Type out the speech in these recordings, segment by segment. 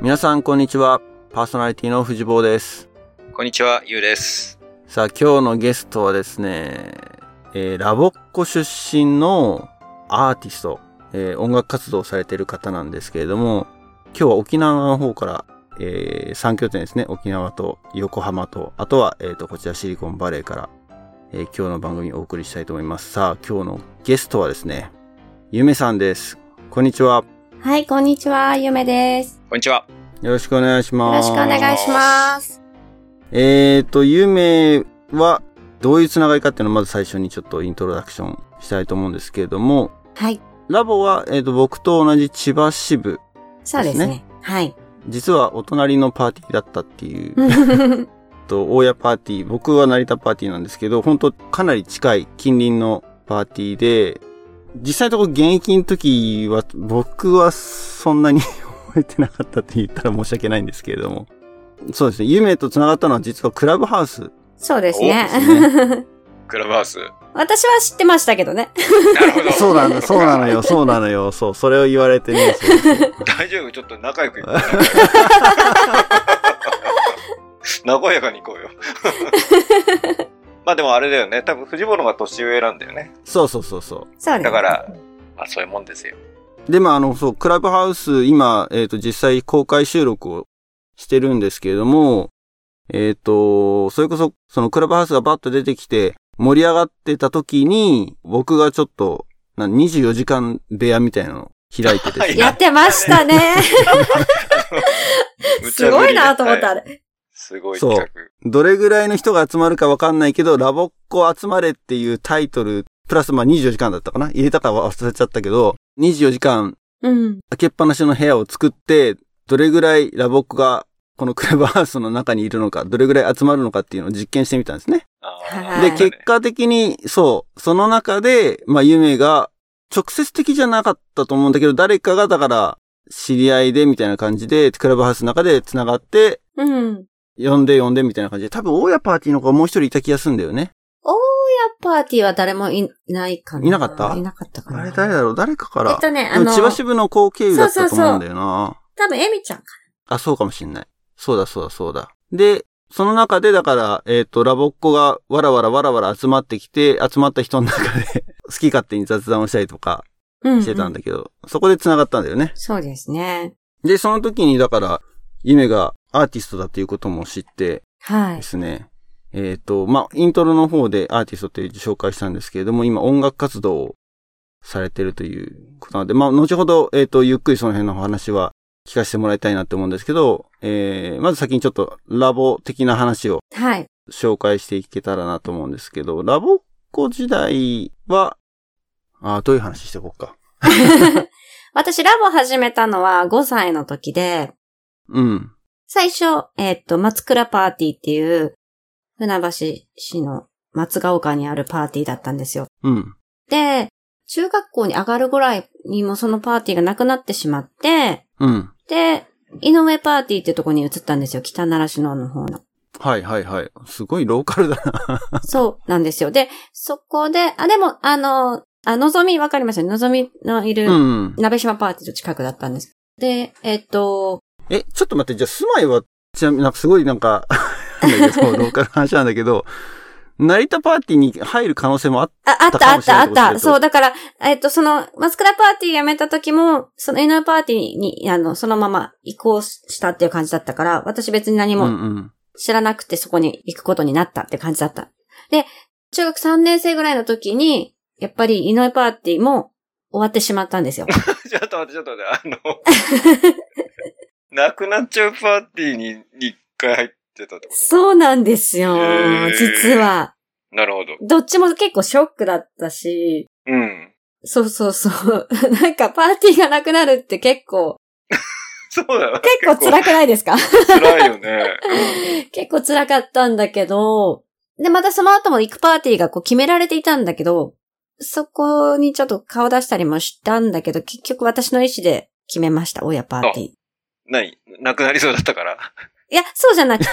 皆さん、こんにちは。パーソナリティの藤坊です。こんにちは、ゆうです。さあ、今日のゲストはですね、えーラボッコ出身のアーティスト、えー音楽活動をされている方なんですけれども、今日は沖縄の方から、え3拠点ですね、沖縄と横浜と、あとは、えーと、こちらシリコンバレーから、えー今日の番組をお送りしたいと思います。さあ、今日のゲストはですね、ゆめさんです。こんにちは。はい、こんにちは、ゆめです。こんにちは。よろしくお願いしよまろす。しくお願いします。えーと、ゆめは、どういうつながりかっていうのをまず最初にちょっとイントロダクションしたいと思うんですけれども、はい、ラボは、えーと、僕と同じ千葉支部。そうですね。ですはい。実はお隣のパーティーだったっていう、えっうんと、大家パーティー、僕は成田パーティーなんですけど、本当かなり近い近隣のパーティーで、実際のところ現役の時は、僕はそんなに 覚えてなかったって言ったら申し訳ないんですけれども、そうですね、ゆめと繋がったのは実はクラブハウス そうですね。おですクラブハ ウス。な 私は知ってましたけどね。るほど。 そうなの、そうなのよ、そうなのよ、そう、それを言われてね。そう大丈夫、ちょっと仲良く行こ う。和やかに行こう よ。まあでもあれだよね。多分、藤本の方が年上なんだよね。そうそうそうそそうです。だか。 ら、まあそういうもんですよ。う。で、まあ、あの、そう、クラブハウス、今、えっ、と、実際公開収録をしてるんですけれども、えっ、と、それこそ、そのクラブハウスがバッと出てきて、盛り上がってた時に、僕がちょっと、な24時間部屋みたいなのを開いてですね。やってまし たね。すごいなと思った、あはいれ。すごい企画。どれぐらいの人が集まるかわかんないけど、ラボっ子集まれっていうタイトル、プラスまあ24時間だったかな入れたかは忘れちゃったけど、24時間うん。開けっぱなしの部屋を作って、どれぐらいラボックがこのクラブハウスの中にいるのか、どれぐらい集まるのかっていうのを実験してみたんですね。あーはで、い結果的に、そう、その中で、まあ、夢が、直接的じゃなかったと思うんだけど、誰かが、だから、知り合いで、みたいな感じで、クラブハウスの中で繋がって、うん。呼んで呼んで、みたいな感じで、多分、大家パーティーの子がもう一人いた気がするんだよね。大家パーティーは誰もいないかな。いなかったいなかったかな。あれ、誰だろう誰かから。えっとね、あでの、も千葉支部の子経由だったと思うんだよな。多分エミちゃんかあ、そうかもしんない。そうだそうだそうだ。で、その中でだから、えっ、と、ラボっ子がわらわらわらわら集まってきて、集まった人の中で 好き勝手に雑談をしたりとかな。うん、してたんだけど、そこで繋がったんだよね。そうですね。で、その時にだから、夢がアーティストだということも知ってはいで。すね。えっ、と、まあ、イントロの方でアーティストという紹介したんですけれども、今音楽活動をされてるということなので、まあ、後ほど、えっ、と、ゆっくりその辺のお話は聞かせてもらいたいなって思うんですけど、えー、まず先にちょっとラボ的な話を はい。 紹介していけたらなと思うんですけど、ラボっ子時代は、あーどういう話していこうか。私、ラボ始めたのは5歳の時で、うん。最初、えーっと、松倉パーティーっていう、船橋市の松ヶ丘にあるパーティーだったんですよ。うん。で、中学校に上がるぐらいにもそのパーティーがなくなってしまって、うん。で、井上パーティーってとこに移ったんですよ。北奈良市のの方 の。はいはいはい。すごいローカルだな。そうなんですよ。で、そこで、あ、でも、あの、あ、のぞみわかりましたね。のぞみのいる、うん。鍋島パーティーと近くだったんです。で、えーっと、え、ちょっと待って、じゃあ住まいは、ちなみになんかすごいなんか、なんだけどローカルの話なんだけど、成田パーティーに入る可能性もあっあ、あった、あった、あ高橋っさんのことた。ですよそう、だから、えっと、その、マスクラパーティー辞めた時も、その NR パーティーに、あの、そのまま移行したっていう感じだったから、私別に何た。もうん知らなくてそこに行くことになったって感じだった。で、中学3年生ぐらいの時に、やっぱり井上パーティーも終わってしまったんで すよ。ちょっと待って、ちょっと待って、あの、 なくなっちゃうパーティーに一回入ってたってこそうなんですよへー。実は。と。なるほど。どっちも結構ショックだったし、うん。そうそうそう。 なんかパーティーがなくなるって結構、そうだよね。結構辛くないですか辛いよ ね。結構辛かったんだけど、で、またその後も行くパーティーがこう決められていたんだけど、そこにちょっと顔出したりもしたんだけど、結局私の意思で決めました、親パーティー。何なくなりそうだったからいや、そうじゃ なくて、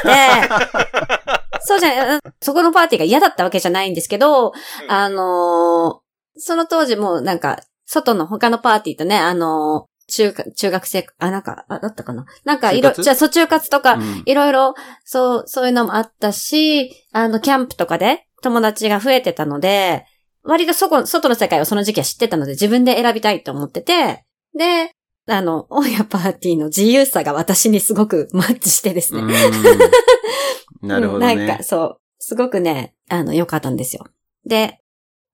そうじゃな、そこのパーティーが嫌だったわけじゃないんですけど、あのーその当時もうなんか、外の他のパーティーとね、あのー中学、中学生、あ、なんか、あ、だったかななんか、い就ろ、活じゃあ、そう、中活とか、うんいろいろ、そう、そういうのもあったし、あの、キャンプとかで友達が増えてたので、割とそこ、外の世界をその時期は知ってたので、自分で選びたいと思ってて、で、あの、大家パーティーの自由さが私にすごくマッチしてですね。うんなるほどうんなんねか、。そう。すごくね、あの、良かったんですよ。で、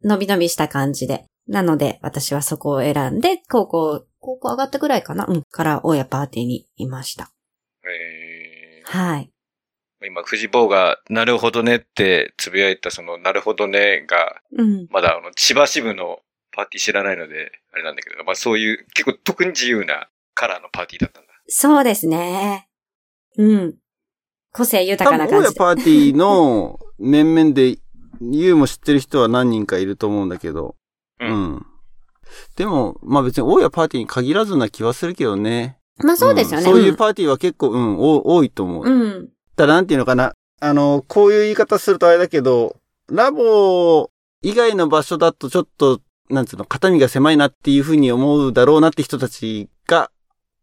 のびのびした感じで。なので、私はそこを選んで、高校、高校上がったぐらいかなうん。から、大家パーティーにいました。えはい。ー、今、藤坊が、なるほどねってつぶやいた、その、なるほどねが、うん。まだ、あの、千葉支部のパーティー知らないので、あれなんだけど、まあそういう、結構特に自由なカラーのパーティーだったんだ。そうですね。うん。個性豊多か分、な大感じ家で。パーティーの面々で、ユウも知ってる人は何人かいると思うんだけど。うんうん。でも、まあ別に大家パーティーに限らずな気はするけどね。まあそうですよね。んそういうパーティーは結構、うん、お多いと思う。うん。うん。だからなんていうのかな。あの、こういう言い方するとあれだけど、ラボ以外の場所だとちょっと、なんつうの、肩身が狭いなっていうふうに思うだろうなって人たちが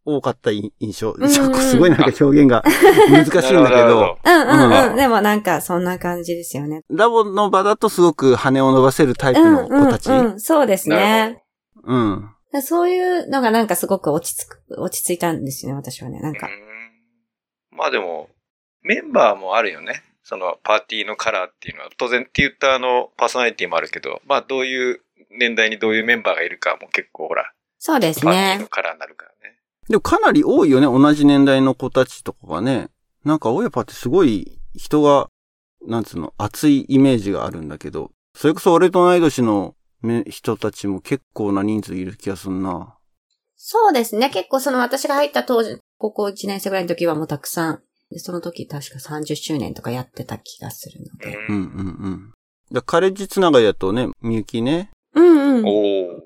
多かったい印象。んう んすごいなんか表現が難しいんだけなるど、ほど。うんうんう。うんんでもなんか、そんな感じですよね。ラボの場だとすごく羽を伸ばせるタイうプんのう子んたち。うん。そうですなねる。うん。でそういうのがなんかすごく落ち着く、落ち着いたんですよね、私はね。なんほど。かう。んまあでも、メンバーもあるよね。その、パーティーのカラーっていうのは、当然って言ったあの、パーソナリティもあるけど、まあどういう、年代にどういうメンバーがいるかも結構ほら、そうですパーティーねの。カラーになるからね。でもかなり多いよね、同じ年代の子たちとかがね。なんか、親パってすごい人が、なんつうの、熱いイメージがあるんだけど、それこそ俺と同い年のめ人たちも結構な人数いる気がすんな。そうですね。結構その私が入った当時、高校1年生ぐらいの時はもうたくさん、でその時確か30周年とかやってた気がするので。うんうんうん。だカレッジつながりだとね、みゆきね、うんうん。おー、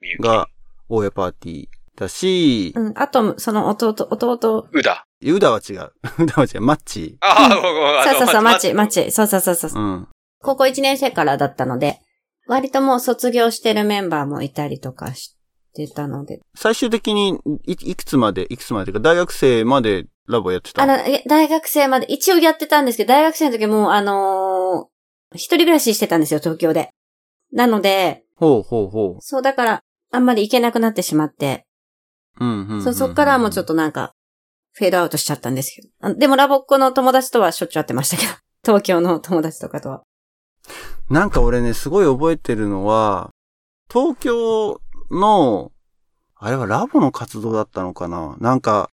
みゆき。が、親パーティーだし、うん、あと、その弟、弟、うだ。ユダは違う。 ユダは違う。マッチ。ああ、うんごめんごめんあそうのそうそう、マまチ、マチ、そうそうそうそうう。ん。高校1年生からだったので、割ともう卒業してるメンバーもいたりとかしてたので。最終的にい、いくつまで、いくつまでというか、大学生までラボやってたあの、え大学生まで、一応やってたんですけど、大学生の時もう、あのー一人暮らししてたんですよ、東京で。なので、ほうほうほそう、だから、あんまり行けなくなってしまって、う。うんうんうんうん、そ、そっからはもうちょっとなんか、フェードアウトしちゃったんですけどあ。でもラボっ子の友達とはしょっちゅう会ってましたけど、 東京の友達とかとは。なんか俺ね、すごい覚えてるのは、東京の、あれはラボの活動だったのかななんか、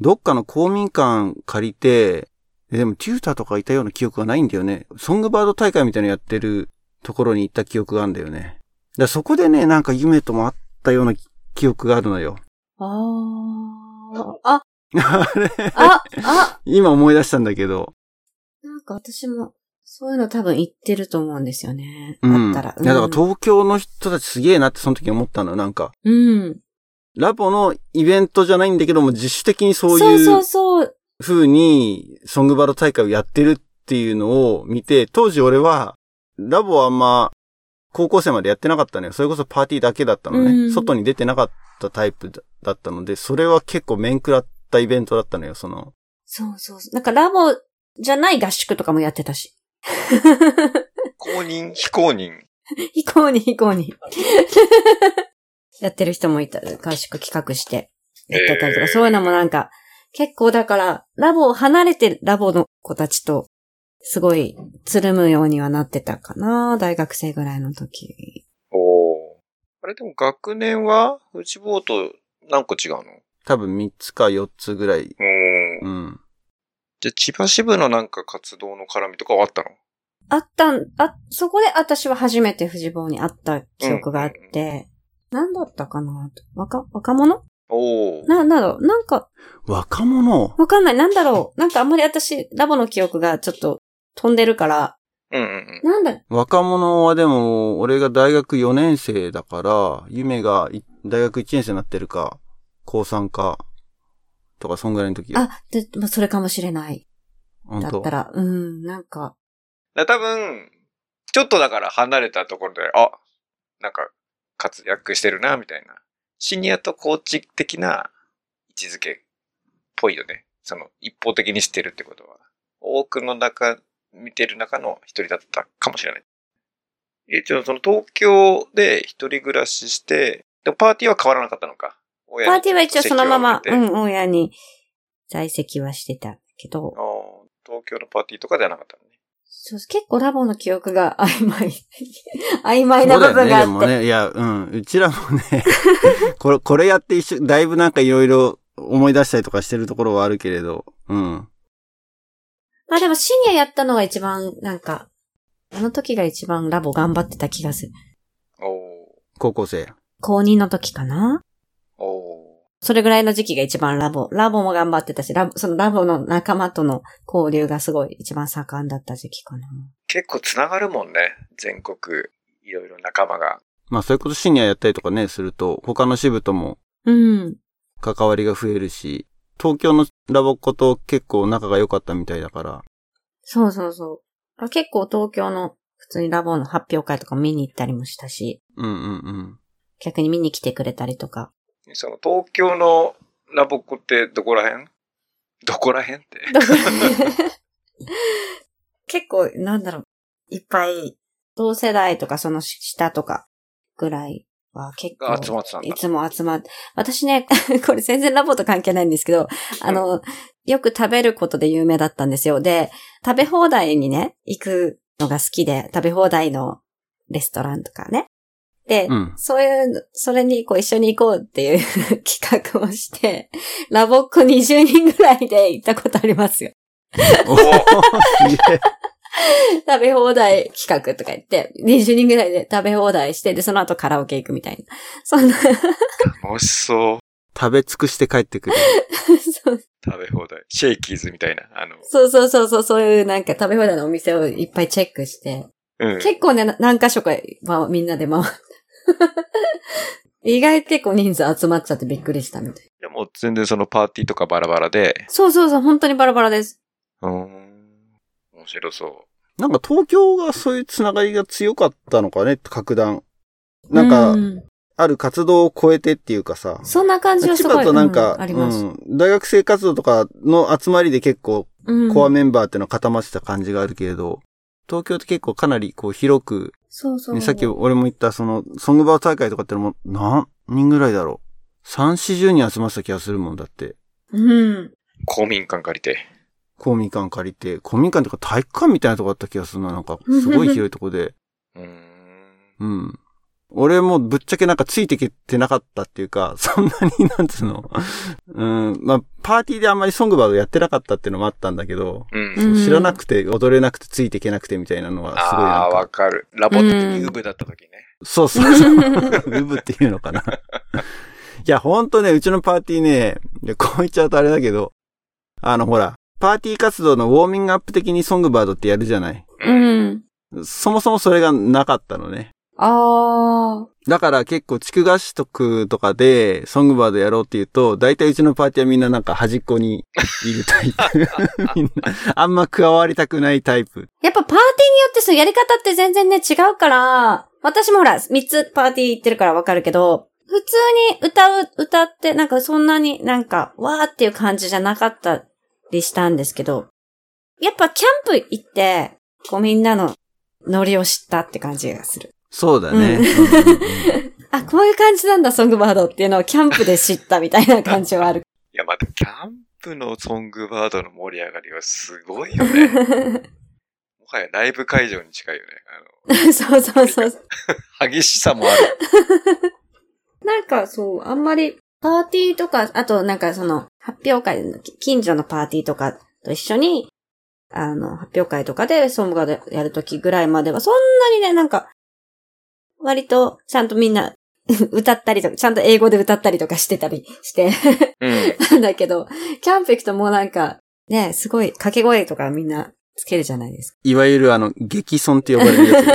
どっかの公民館借りて、えでもテューターとかいたような記憶がないんだよね。ソングバード大会みたいなのやってるところに行った記憶があるんだよね。だからそこでね、なんか夢ともあったような記憶があるのよ。あー。あ、あれあ、あ、今思い出したんだけど。なんか私も、そういうの多分言ってると思うんですよね。うん。あったら。いや、だから東京の人たちすげえなってその時思ったのよ、なんか。うん。ラボのイベントじゃないんだけども、自主的にそうそういそううそう。風に、ソングバロ大会をやってるっていうのを見て、当時俺は、ラボはあんま、高校生までやってなかったのよ。それこそパーティーだけだったのね。うん外に出てなかったタイプだだったので、それは結構面食らったイベントだったのよ、その。そうそうそう。なんかラボじゃない合宿とかもやってたし。 公認、非公認。非公認、非公認。 やってる人もいた、合宿企画してやってたりとか、えーそういうのもなんか、結構だから、ラボを離れてラボの子たちと、すごい、つるむようにはなってたかな大学生ぐらいの時。おー。あれでも学年は、うちぼうと何個違うのう多分3つか4つぐらい。ーん。うん。じゃあ、千葉支部のなんか活動の絡みとかはあったのあったん、あ、そこで私は初めて藤坊に会った記憶があって、なんだったかな若、若者おー。な、なんだろうなんか、若者わかんない。なんだろう。なんかあんまり私、ラボの記憶がちょっと飛んでるから、うんうんうん。なんだ、若者はでも、俺が大学4年生だから、夢がい大学1年生になってるか、高3か、とか、そんぐらいの時よ。あ、で、まあ、それかもしれない。本だ当ったら、うん、なんか、だ多分、ちょっとだから離れたところで、あ、なんか、活躍してるな、みたいなシニアとコーチ的な位置づけっぽいよね。その、一方的にしてるってことは。多くの中、見てる中の一人だったかもしれない。え、ちょ、その東京で一人暮らしして、でもパーティーは変わらなかったのか。パパーティーは一応そのまま、うあん、親に在籍はしてたけど、ー東京のパーティーとかではなかったのね。そう結構ラボの記憶が曖昧、曖昧そなうだ部よ分ね、があでっもて。ね。いや、うん。うちらもね、 これ、これやって一緒、だいぶなんかいろいろ思い出したりとかしてるところはあるけれど、うん。まあでもシニアやったのが一番、なんか、あの時が一番ラボ頑張ってた気がする。お高校生。高2の時かなーおそれぐらいの時期が一番ラボ。ラボも頑張ってたし、ラボ、そのラボの仲間との交流がすごい一番盛んだった時期かな。ー結構つながるもんね。全国、いろいろ仲間が。まあ、それこそシニアやったりとかね、すると、他の支部ともうん。関わりが増えるし、東京のラボっ子と結構仲が良かったみたいだから、そうそうそう。あ結構東京の普通にラボの発表会とか見に行ったりもしたし、うんうんうん。逆に見に来てくれたりとか。その東京のラボっ子ってどこら辺どこら辺って。だから 結構、なんだろう、いっぱい、同世代とかその下とかぐらいは結構が、集まってたんだい。つも集まって、私ね、 これ全然ラボと関係ないんですけど、あの、よく食べることで有名だったんですよ。で、食べ放題にね、行くのが好きで、食べ放題のレストランとかね。で、うん。 そういう、それにこう一緒に行こうっていう 企画をして、ラボっ子20人ぐらいで行ったことありますよ。 おおすげえ。食べ放題企画とか言って、20人ぐらいで食べ放題して、で、その後カラオケ行くみたいな。 そんな、楽しそう。食べ尽くして帰ってくる。そう食べ放題。シェイキーズみたいな。あの、そうそうそうそう、そういうなんか食べ放題のお店をいっぱいチェックして、うん。結構ね、な何箇所か、まあ、みんなで回った。 意外と結構人数集まっちゃってびっくりしたみたい。でも全然そのパーティーとかバラバラで。そうそうそう、本当にバラバラです。うーん。面白そなんか東京がそういうつながりが強かったのかね、格段。なんか、うある活動を超えてっていうかさ。そんな感じは千すご葉い、となんか、うんあります。うん大学生活動とかの集まりで結構うんコアメンバーっていうのは固まってた感じがあるけれど、東京って結構かなりこう広く、そうそう。ね、さっき俺も言ったその、ソングバー大会とかってのも何人ぐらいだろう。3、四十人集まってた気がするもんだって。うん。う。公民館借りて。公民館借りて、公民館とか体育館みたいなとこあった気がするな、なんか、すごい広いとこで。うーん。うん。俺もぶっちゃけなんかついてきてなかったっていうか、 そんなになんつうの。 うん。まあ、パーティーであんまりソングバードやってなかったっていうのもあったんだけど、うん。うん知らなくて踊れなくてついていけなくてみたいなのはすごいあなんあー、か。わかる。ラボ的にユーブだった時ね。そうそうそう。ウブっていうのかな。 いや、ほんとね、うちのパーティーね、いやこう言っちゃうとあれだけど、あのほら、パーティー活動のウォーミングアップ的にソングバードってやるじゃない。うん。そもそもそれがなかったのね。ああ。だから結構地区合宿とかでソングバードやろうって言うと、大体うちのパーティーはみんななんか端っこにいるタイ プ。みんな、あんま加わりたくないタイプ。やっぱパーティーによってそのやり方って全然ね違うから、私もほら3つパーティー行ってるからわかるけど、普通に歌う、歌ってなんかそんなになんかわーっていう感じじゃなかったりしたんですけど、やっぱキャンプ行って、こうみんなのノリを知ったって感じがする。そうだね。うんうんうんうんあ、こういう感じなんだ、ソングバードっていうのをキャンプで知ったみたいな感じはある。 いや、また、キャンプのソングバードの盛り上がりはすごいよ ね。もはやライブ会場に近いよね。そうそうそう。あの激しさもある。なんかそう、あんまり、パーティーとか、あとなんかその、発表会の、き近所のパーティーとかと一緒に、あの、発表会とかでソングがやるときぐらいまでは、そんなにね、なんか、割と、ちゃんとみんな、 歌ったりとか、ちゃんと英語で歌ったりとかしてたりして、 うん。なんだけど、キャンプ行くともうなんか、ね、すごい掛け声とかみんなつけるじゃな いですか。いわゆるあの、激損って呼ばれるやつ、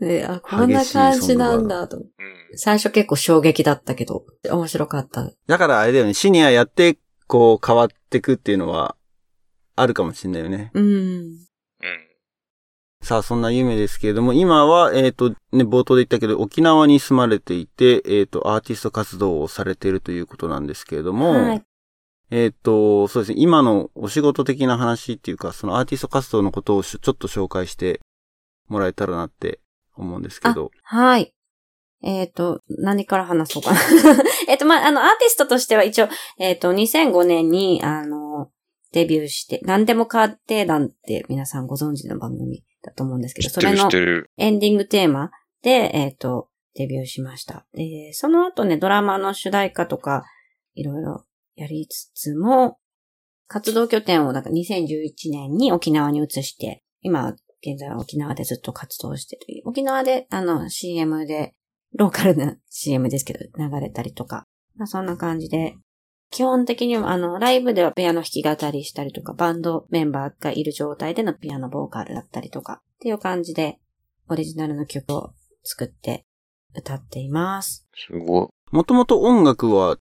ね。ね、あ、こんな感じなんだと。うん。最初結構衝撃だったけど、面白かった。だからあれだよね、シニアやって、こう変わってくっていうのは、あるかもしれないよね。うん。うん。さあ、そんな夢ですけれども、今は、えっ、と、ね、冒頭で言ったけど、沖縄に住まれていて、えっ、と、アーティスト活動をされているということなんですけれども、はい。えっ、と、そうですね、今のお仕事的な話っていうか、そのアーティスト活動のことをしちょっと紹介してもらえたらなって思うんですけど、はい。えっ、と、何から話そうかな。 えっと、まあ、あの、アーティストとしては一応、えっ、と、2005年に、あの、デビューして、何でも鑑定団って皆さんご存知の番組だと思うんですけ知ど、っそてれる知のってる。エンディングテーマで、えっ、と、デビューしました。で、その後ね、ドラマの主題歌とか、いろいろやりつつも、活動拠点をなんか2011年に沖縄に移して、今、現在は沖縄でずっと活動してという、沖縄で、あの、CM で、ローカルな CM ですけど、流れたりとか、まあそんな感じで、基本的には、あの、ライブではピアノ弾き語りしたりとか、バンドメンバーがいる状態でのピアノボーカルだったりとか、っていう感じで、オリジナルの曲を作って歌っています。すごい。もともと音楽は、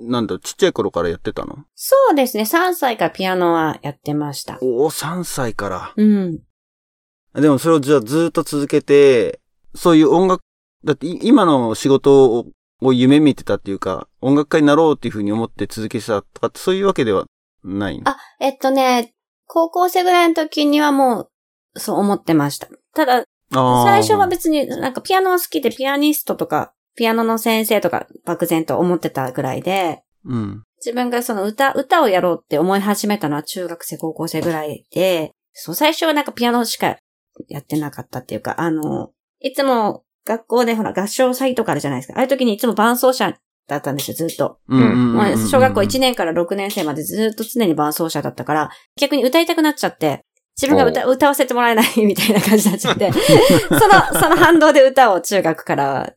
なんだ、ちっちゃい頃からやってたのそうですね、3歳からピアノはやってました。おお、3歳から。うん。でもそれをじゃあずっと続けて、そういう音楽、だってい今の仕事をを夢見てたっていうか、音楽家になろうっていうふうに思って続けてたとかってそういうわけではないのあえっとね、高校生ぐらいの時にはもう、そう思ってました。ただ、あー最初は別になんかピアノが好きでピアニストとか、ピアノの先生とか漠然と思ってたぐらいで、うん。自分がその歌、歌をやろうって思い始めたのは中学生、高校生ぐらいで、そう、最初はなんかピアノしかやってなかったっていうか、あの、いつも学校でほら合唱祭とかあるじゃないですか。ああいう時にいつも伴奏者だったんですよ、ずっと。うんうんうんうんもう小学校1年。年から6年生までずっと常に伴奏者だったから、逆に歌いたくなっちゃって、自分が歌歌わせてもらえない みたいな感じになっち ゃって、その、その反動で歌を中学から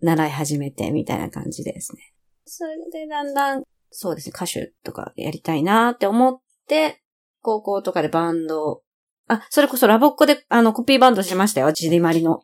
習い始めてみたいな感じですね。それでだんだん、そうですね、歌手とかやりたいなって思って、高校とかでバンドをあ、それこそラボっ子で、あの、コピーバンドしましたよ、ジリマリの。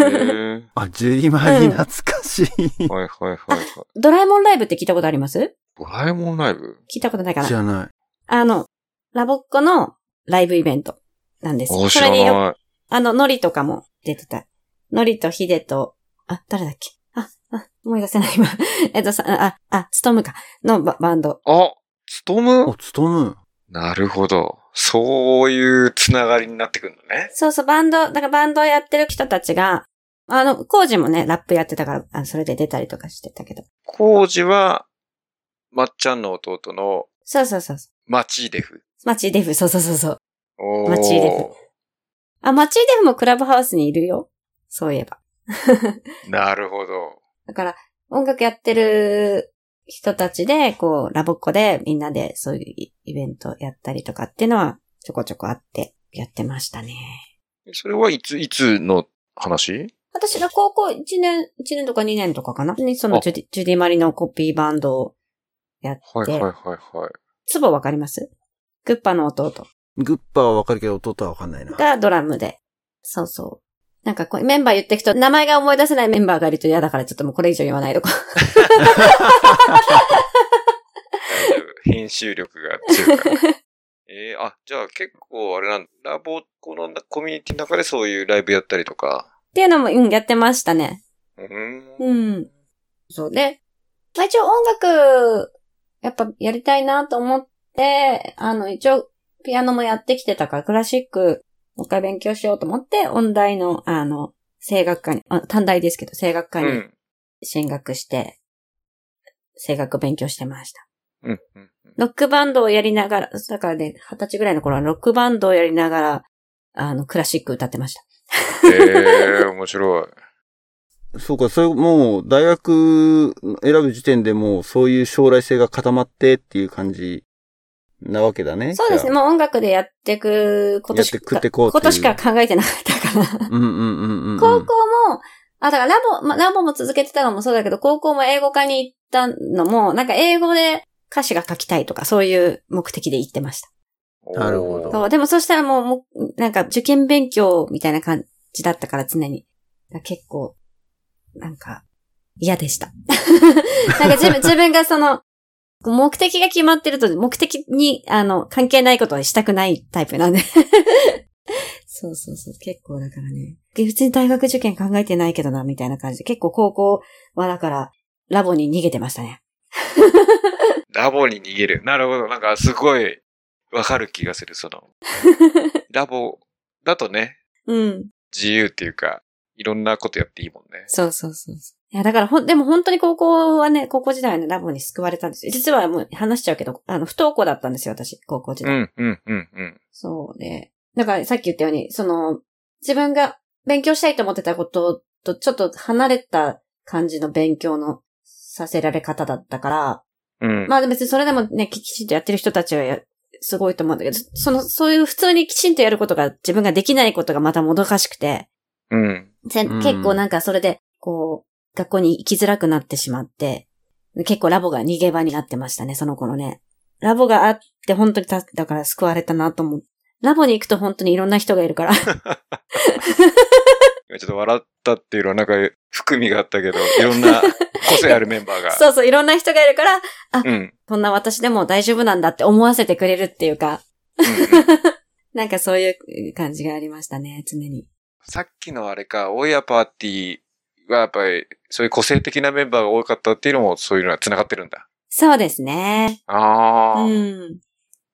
へーあ、ジュリマリうん懐かしい。はいはいはいはい。ドラえもんライブって聞いたことありますドラえもんライブ聞いたことないかなじゃない。あの、ラボッコのライブイベントなんです。おそ知らなれによ、い。あの、ノリとかも出てた。ノリとヒデと、あ、誰だっけあ、あ、思い出せない、今。 えっとさ、あ、あ、ストムか。のババンド。あ、つとむお、つとむ。なるほど。そういうつながりになってくるのね。そうそう、バンド、だからバンドをやってる人たちが、あの、コージもね、ラップやってたから、あそれで出たりとかしてたけど。コウジは、まっちゃんの弟のそうそうそうそマチーデフ。う。マチーデフ、そうそうそうそう。おマチーデあ、マチーデフもクラブハウスにいるよ。そういえば。フ。なるほど。だから、音楽やってる人たちで、こう、ラボっ子でみんなでそういうイベントやったりとかっていうのは、ちょこちょこあってやってましたね。それはいつ、いつの話私が高校1年、一年とか2年とかかなにそのあジュディジュディマリのコピーバンドをやって、はいはいはいはい。ツボわかりますグッパの弟グッパはわかるけど、弟はわかんないな。がドラムで。そうそう。なんかこう、メンバー言ってくと、名前が思い出せないメンバーがいると嫌だから、ちょっともうこれ以上言わないとこ大丈夫編集力が強いから。えー、あ、じゃあ結構あれなんラボこのコミュニティの中でそういうライブやったりとか。っていうのも、うん、やってましたね。うーん。うん。そうで、まあ一応音楽、やっぱやりたいなと思って、あの一応ピアノもやってきてたからクラシックもう一回勉強しようと思って、音大の、あの、声楽科に、あ短大ですけど、声楽科うにん。進学して、声楽勉強してました。うん。うんロックバンドをやりながら、だからね、二十歳ぐらいの頃はロックバンドをやりながら、あの、クラシック歌ってました。えー、面 白い。そうか、それもう、大学選ぶ時点でもう、そういう将来性が固まってっていう感じなわけだね。そうですね。じゃあもう音楽でやっていくことしやって食ってこうっていうことしか考えてなかったから。うんうんうんうんうん。高校も、あ、だからラボ、まあ、ラボも続けてたのもそうだけど、高校も英語科に行ったのも、なんか英語で歌詞が書きたいとか、そういう目的で行ってました。なるほどそう、でもそしたらもう、もうなんか受験勉強みたいな感じだったから常に。だから結構、なんか、嫌でした。 なんか自 分、自分がその、目的が決まってると、目的に、あの、関係ないことはしたくないタイプなんで。 そうそうそう、結構だからね。普通に大学受験考えてないけどな、みたいな感じで。結構高校はだから、ラボに逃げてましたね。ラボに逃げる。なるほど。なんかすごいわかる気がする。その、ラボだとね、うん。自由っていうか、いろんなことやっていいもんね。そうそうそうそう。いや、だからほん、でも本当に高校はね、高校時代はね、ラボに救われたんですよ。実はもう話しちゃうけど、あの、不登校だったんですよ、私、高校時う代。ん、うん、うん、うん。そうね。だからさっき言ったように、その、自分が勉強したいと思ってたこととちょっと離れた感じの勉強のさせられ方だったから、うん。まあ別にそれでもね、ききちんとやってる人たちはやすごいと思うんだけど、その、そういう普通にきちんとやることが自分ができないことがまたもどかしくて、うん。せうん結構なんかそれで、こう、学校に行きづらくなってしまって、結構ラボが逃げ場になってましたね、その頃ね。ラボがあって本当にた、だから救われたなと思う。ラボに行くと本当にいろんな人がいるから。今ちょっと笑ったっていうのはなんか含みがあったけど、いろんな個性あるメンバーが。 そうそう、いろんな人がいるから、うん。うんこんな私でも大丈夫なんだって思わせてくれるっていうか、うんなんかそういう感じがありましたね、常に。さっきのあれか、オイヤパーティーはやっぱり、そういう個性的なメンバーが多かったっていうのも、そういうのは繋がってるんだ。そうですね。ああ、うん。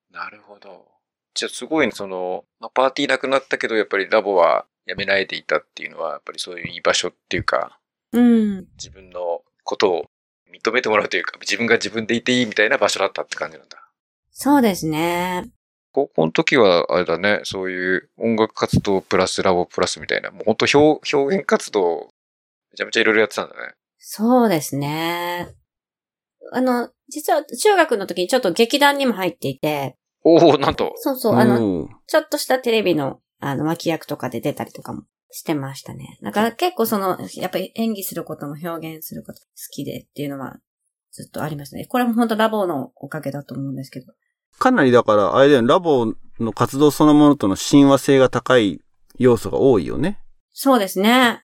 なるほど。じゃあすごい、その、まあパーティーなくなったけど、やっぱりラボはやめないでいたっていうのは、やっぱりそういう居場所っていうか、うん。自分のことを認めてもらうというか、自分が自分でいていいみたいな場所だったって感じなんだ。そうですね。高校の時は、あれだね、そういう音楽活動プラスラボプラスみたいな、もうほんと表表現活動、めちゃめちゃいろいろやってたんだね。そうですね。あの、実は中学の時にちょっと劇団にも入っていて、おおなんと。そうそう、あの、おーちょっとしたテレビの、あの、脇役とかで出たりとかもしてましたね。だから結構その、やっぱり演技することも表現すること好きでっていうのはずっとありましたね。これも本当ラボのおかげだと思うんですけど。かなりだから、あれだよね、ラボの活動そのものとの親和性が高い要素が多いよね。そうですね。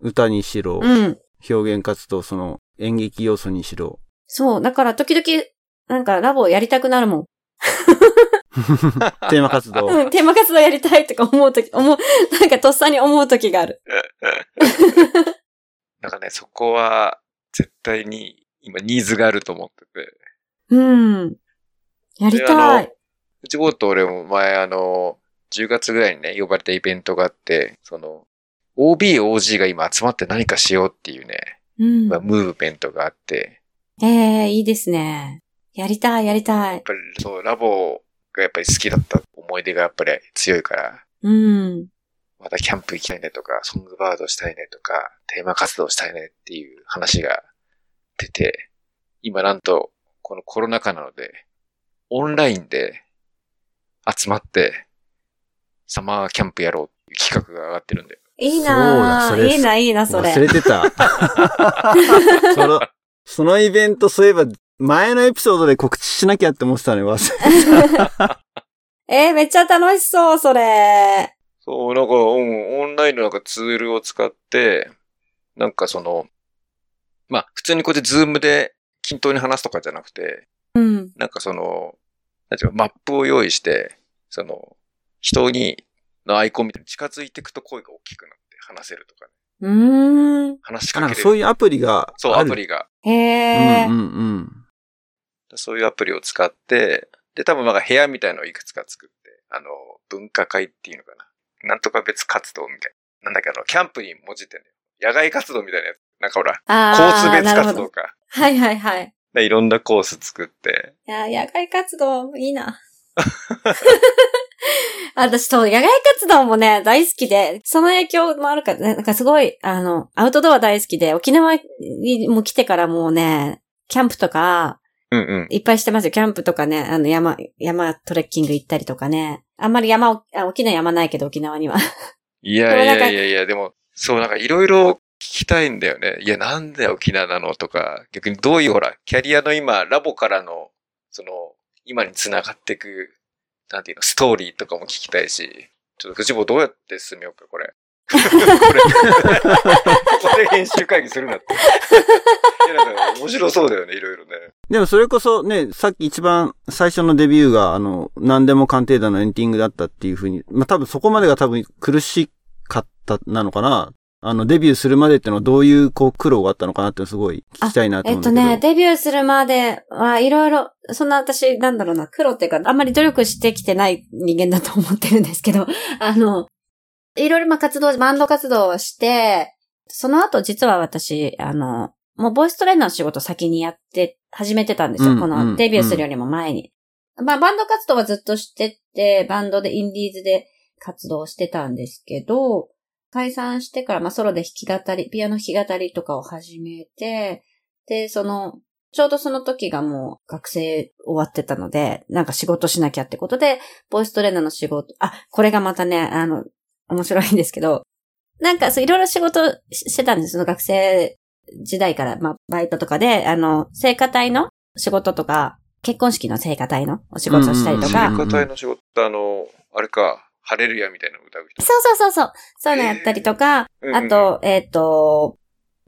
歌にしろ、うん。表現活動、その演劇要素にしろ。そう。だから時々、なんかラボやりたくなるもん。テーマ活 動。うん、テーマ活動やりたいとか思うとき、思う、なんかとっさに思うときがある。なんかね、そこは絶対に今ニーズがあると思ってて。うん。やりであたのい。うちぼーと俺も前あの、10月ぐらいにね、呼ばれたイベントがあって、その、OB、OG が今集まって何かしようっていうね、うんまあ、ムーブメントがあって、ええいいですね。やりたい、やりたいやっ。ぱりそう、ラボがやっぱり好きだった思い出がやっぱり強いから、うん。またキャンプ行きたいねとか、ソングバードしたいねとか、テーマ活動したいねっていう話が出て、今なんと、このコロナ禍なので、オンラインで集まって、サマーキャンプやろうっていう企画が上がってるんで。いいなそうだそぁ。れいいな、いいな、それ。忘れて た。その、そのイベント、そういえば、前のエピソードで告知しなきゃって思ってたのに忘れてえー、めっちゃ楽しそう、それ。そう、なんか、うん、オンラインのなんかツールを使って、なんかその、まあ、普通にこうやってズームで均等に話すとかじゃなくて、うん。なんかその、なんていうのマップを用意して、その、人に、のアイコンみたいに近づいていくと声が大きくなって話せるとか、ね、うーん。話しなかんかけれる。そういうアプリが。そう、アプ。リが。へうえ、んうんうん。そういうアプリを使って、で、多分なんか部屋みたいのをいくつか作って、あの、文化会っていうのかな。なんとか別活動みたいな。なんだっけ、あの、キャンプに文字ってね、野外活動みたいなやつ。なんかほら、コーあスー別なるほ活ど動。か。はいはいはい。でいろんなコース作って。いやー、野外活動、いいな。私、そう、野外活動もね、大好きで、その影響もあるから、ねなんかすごい、あの、アウトドア大好きで、沖縄にも来てからもうね、キャンプとか、うんうん。いっぱいしてますよ。キャンプとかね、あの山、山トレッキング行ったりとかね。あんまり山を、あ沖縄山ないけど沖縄には。いやいでもなんかやいやいや、でも、そう、なんかいろいろ聞きたいんだよね。いや、なんで沖縄なのとか、逆にどういうほら、キャリアの今、ラボからの、その、今に繋がってく、なんていうの、ストーリーとかも聞きたいし、ちょっと藤坊どうやって進めようか、こ れ。これ、これ編集会議するなって。いや、なんか、面白そうだよね、いろいろね。でもそれこそね、さっき一番最初のデビューが、あの、何でも鑑定団のエンディングだったっていうふうに、まあ多分そこまでが多分苦しかったなのかな。あの、デビューするまでってのはどういうこう苦労があったのかなってすごい聞きたいなとえ思うっんだとけど。ね、デビューするまではいろいろ、そんな私、なんだろうな、苦労っていうか、あんまり努力してきてない人間だと思ってるんですけど、あの、いろいろまあ活動、バンド活動をして、その後実は私、あの、もうボイストレーナーの仕事先にやって、始めてたんですよ。うんこうのんデビューするよりも前に。まあバンド活動はずっとしてて、バンドでインディーズで活動してたんですけど、解散してから、まあソロで弾き語り、ピアノ弾き語りとかを始めて、で、その、ちょうどその時がもう学生終わってたので、なんか仕事しなきゃってことで、ボイストレーナーの仕事、あ、これがまたね、あの、面白いんですけど、なんかそういろいろ仕事ししてたんです。その学生時代から、まあバイトとかで、あの、聖歌隊の仕事とか、結婚式の聖歌隊のお仕事をしたりとうんうんかうん、聖歌隊の仕事あの、あれか、ハレルヤみたいなの歌う人。そうそうそうそう、そういうのやったりとか、うんあと、えっ、と、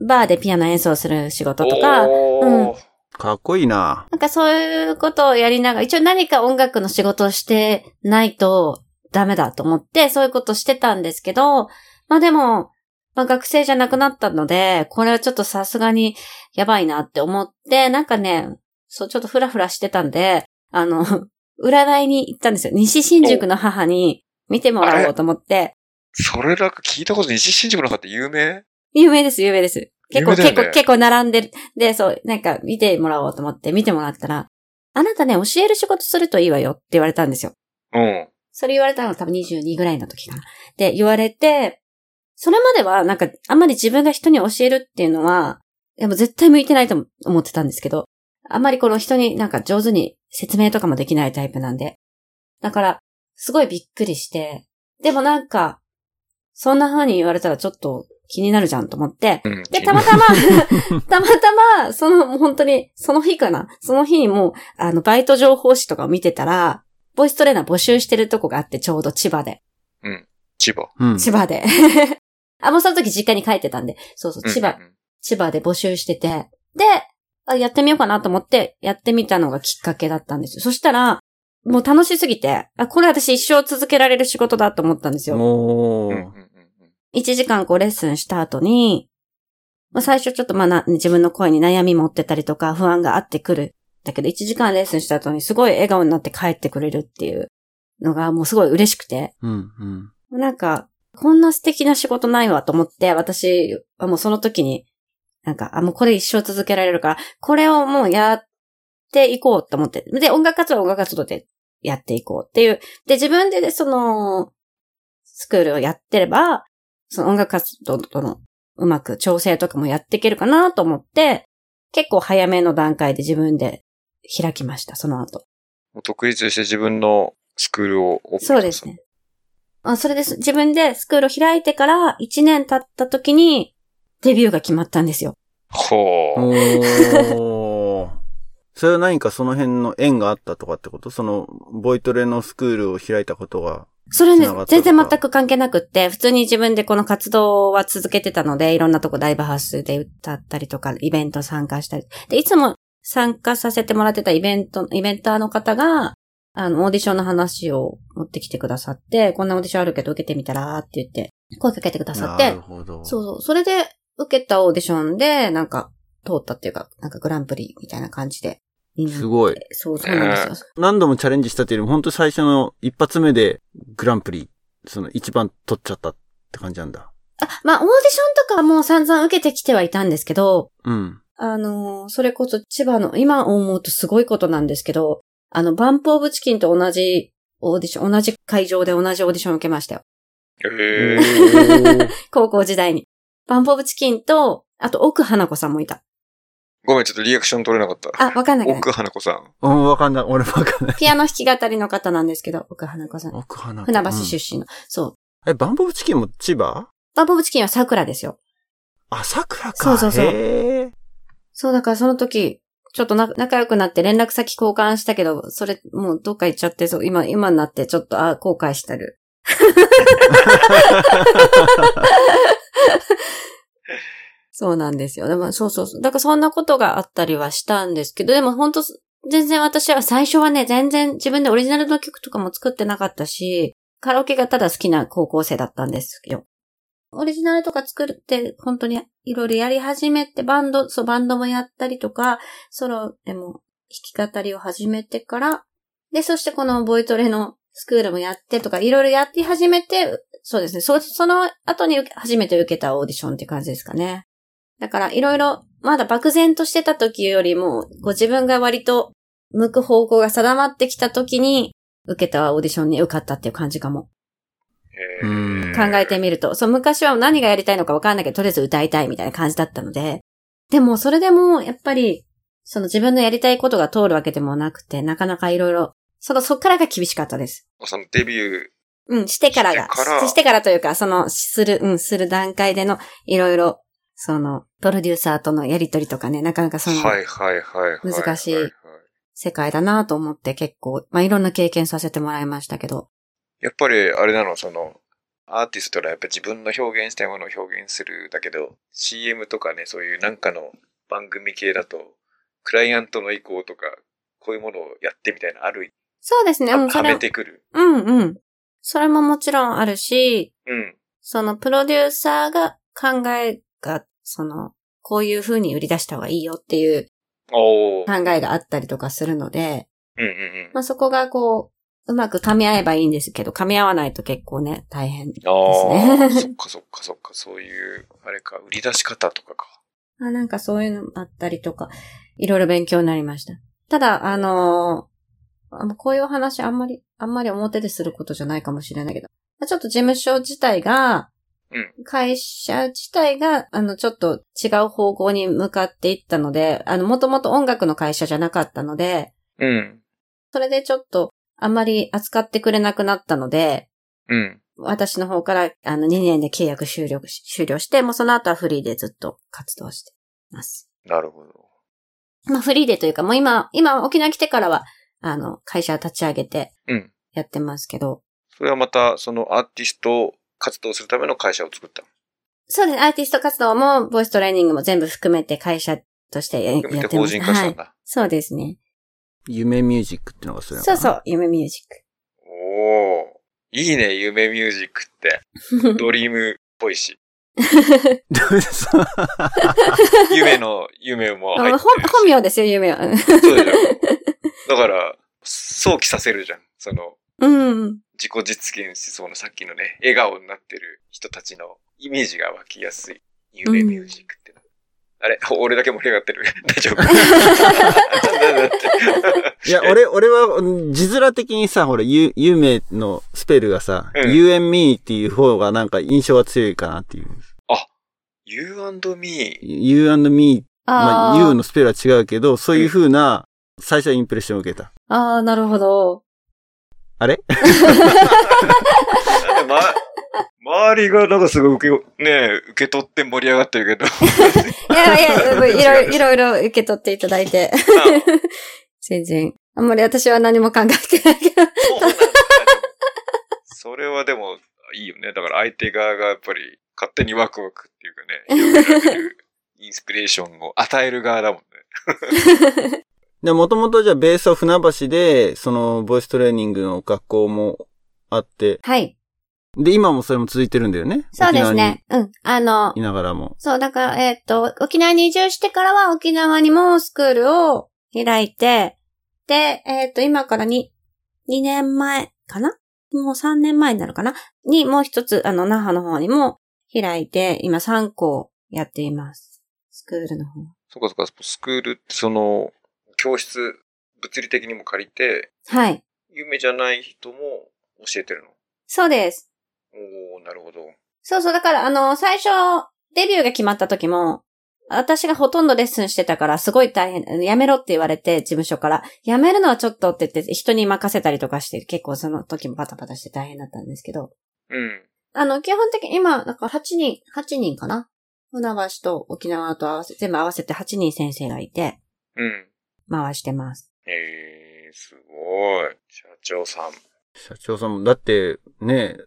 バーでピアノ演奏する仕事とか、おーかっこいいな。なんかそういうことをやりながら、一応何か音楽の仕事をしてないとダメだと思って、そういうことしてたんですけど、まあでも、まあ学生じゃなくなったので、これはちょっとさすがにやばいなって思って、なんかね、そう、ちょっとフラフラしてたんで、あの、 占いに行ったんですよ。西新宿の母に見てもらおうと思って、それなんか聞いたこと西新宿の方って有名有名です、有名です。結構、有名だよ結ね構、結構並んでる。で、そう、なんか見てもらおうと思って見てもらったら、あなたね、教える仕事するといいわよって言われたんですよ。うん。それ言われたのが多分22ぐらいの時かな。で、言われて、それまではなんかあんまり自分が人に教えるっていうのは、でも絶対向いてないと思ってたんですけど、あんまりこの人になんか上手に説明とかもできないタイプなんで。だから、すごいびっくりして、でもなんか、そんな風に言われたらちょっと気になるじゃんと思って、うん。で、たまたま、たま たま、その、もう本当に、その日かな。その日にもう、あの、バイト情報誌とかを見てたら、ボイストレーナー募集してるとこがあって、ちょうど千葉で。千葉。うん。千葉で。 あ、もうその時実家に帰ってたんで、そうそう、千葉、うん。千葉で募集してて、で、あやってみようかなと思って、やってみたのがきっかけだったんですよ。そしたら、もう楽しすぎて、あ、これ私一生続けられる仕事だと思ったんですよ。おうんうーん。うん一時間こうレッスンした後に、まあ、最初ちょっとまあな自分の声に悩み持ってたりとか不安があってくる。だけど一時間レッスンした後にすごい笑顔になって帰ってくれるっていうのがもうすごい嬉しくて。うん。うん。なんか、こんな素敵な仕事ないわと思って、私はもうその時に、なんか、あ、もうこれ一生続けられるから、これをもうやっていこうと思って。で、音楽活動は音楽活動でやっていこうっていう。で、自分でね、その、スクールをやってれば、その音楽活動とのうまく調整とかもやっていけるかなと思って、結構早めの段階で自分で開きました、その後。もう独立して自分のスクールをオープンそうですね。あ、それです。自分でスクールを開いてから1年経った時にデビューが決まったんですよ。ほう。おー。それは何かその辺の縁があったとかってことその、ボイトレのスクールを開いたことが。それねつながっ、た全のか然全く関係なくって、普通に自分でこの活動は続けてたので、いろんなとこライブハウスで歌ったりとか、イベント参加したり。で、いつも参加させてもらってたイベント、イベンターの方が、あの、オーディションの話を持ってきてくださって、こんなオーディションあるけど受けてみたらって言って、声かけてくださっなてる、ほど。そうそう。それで受けたオーディションで、なんか、通ったっていうか、なんかグランプリみたいな感じで。みんなすごい。そう、そうなんですよ。何度もチャレンジしたというよりも、本当最初の一発目でグランプリ、その一番取っちゃったって感じなんだ。あ、まあ、オーディションとかも散々受けてきてはいたんですけど、うん。あのーそれこそ千葉の、今思うとすごいことなんですけど、あの、バンプオブチキンと同じオーディション、同じ会場で同じオーディションを受けましたよ。へえ。 高校時代に。バンプオブチキンと、あと奥花子さんもいた。ごめん、ちょっとリアクション取れなかった。あ、わかんないかない。奥花子さん。おーわかんない。俺わかんない。ピアノ弾き語りの方なんですけど、奥花子さん。奥花子。船橋うん出身の。そう。え、バンボブチキンも千葉バンポブチキンは桜ですよ。あ、桜か。そうそうそうへーそう、だからその時、ちょっとな仲良くなって連絡先交換したけど、それもうどっか行っちゃって、そう、今、今になってちょっと、あ、後悔してる。そうなんですよ。でも、そうそうそう。だからそんなことがあったりはしたんですけど、でも本当全然私は最初はね、全然自分でオリジナルの曲とかも作ってなかったし、カラオケがただ好きな高校生だったんですよ。オリジナルとか作って、本当にいろいろやり始めて、バンド、そう、バンドもやったりとか、ソロでも弾き語りを始めてから、で、そしてこのボイトレのスクールもやってとか、いろいろやって始めて、そうですね。そその後に受け初めて受けたオーディションって感じですかね。だから、いろいろ、まだ漠然としてた時よりも、ご自分が割と向く方向が定まってきた時に、受けたオーディションに受かったっていう感じかも。えーうん考えてみると。そう、昔は何がやりたいのか分かんないけど、とりあえず歌いたいみたいな感じだったので。でも、それでも、やっぱり、その自分のやりたいことが通るわけでもなくて、なかなかいろいろ、その、そっからが厳しかったです。そのデビュー、うん、してからしが。てからししてからというか、その、する、うん、する段階での、いろいろ、その、プロデューサーとのやりとりとかね、なかなかその、はいはいはいはい。難しいはは世界だなと思って結構、まあ、いろんな経験させてもらいましたけど。やっぱりあれなの、その、アーティストらやっぱ自分の表現したいものを表現するだけど、CM とかね、そういうなんかの番組系だと、クライアントの意向とか、こういうものをやってみたいな、ある、そうですね、はうん、そはれめ、てくる。うん、うん。それももちろんあるし、うん。そのプロデューサーが考えが、その、こういう風に売り出した方がいいよっていうおー。考えがあったりとかするので、うんうんうん。まあ、そこがこう、うまく噛み合えばいいんですけど、噛み合わないと結構ね、大変ですああ、そね。っかそっかそっか、そういう、あれか、売り出し方とかか。あなんかそういうのあったりとか、いろいろ勉強になりました。ただ、あのーあのこういうお話あんまり、あんまり表ですることじゃないかもしれないけど、まあちょっと事務所自体が、うん会社自体が、あの、ちょっと違う方向に向かっていったので、あの、もともと音楽の会社じゃなかったので、うん。それでちょっと、あんまり扱ってくれなくなったので、うん。私の方から、あの、2年で契約終了し、終了して、もうその後はフリーでずっと活動してます。なるほど。まあ、フリーでというか、もう今、今、沖縄来てからは、あの、会社立ち上げてうん。やってますけど、それはまた、そのアーティスト活動するための会社を作ったのそうですね、アーティスト活動も、ボイストレーニングも全部含めて会社としてややって含まめす。て法人化しはたんい。だ。そうですね。夢ミュージックってのがそれなのそかうな そう、夢ミュージおおいいね、夢ミュージックって。ック。ドリームっぽいし。そう夢の、夢も入 本ってるし本名ですよ、夢は。 そうだよ。だから、想起させるじゃん。その、うん。自己実現しそうなさっきのね、笑顔になってる人たちのイメージが湧きやすい。夢ミュージックって。あれ 俺だけ盛り上がってる。 大丈夫なんだなんだっていや、俺、俺は、うん字面的にさ、ほら、ゆ、夢のスペルがさ、うん you and me っていう方がなんか印象が強いかなっていう。 You and me. you and me まあ、ー U のスペルは違うけど、そういう風な、最初はインプレッションを受けた。あー、なるほど。あれなんかま、周りがなんかすごい受け、ねえ受け取って盛り上がってるけど。いやいや、いろいろ、いろいろ受け取っていただいて。 全然。あんまり私は何も考えてないけど。そうなんだそれはでも、いいよね。だから相手側がやっぱり勝手にワクワクっていうかね、広げられるインスピレーションを与える側だもんね。で、もともとじゃあベースは船橋で、その、ボイストレーニングの学校もあって、はい。で、今もそれも続いてるんだよね。そうで沖す縄にね。うん。あのい、ながらも。そう、だから、えっ、と、沖縄に移住してからは沖縄にもスクールを開いて、で、えっ、と、今からに、2年前かなもう3年前になるかなに、もう一つ、あの、那覇の方にも開いて、今3校やっています。スクールの方。そっかそっか、スクールってその、教室、物理的にも借りて、はい。夢じゃない人も教えてるの。そうです。おー、なるほど。そうそう、だから、あの、最初、デビューが決まった時も、私がほとんどレッスンしてたから、すごい大変、やめろって言われて、事務所から、やめるのはちょっとって言って、人に任せたりとかして、結構その時もバタバタして大変だったんですけど、うん。あの、基本的に今、なんか8人、8人かな船橋と沖縄と合わせ、全部合わせて8人先生がいて、うん。回してます。えー、すごい。社長さん。社長さんも、だって、ね、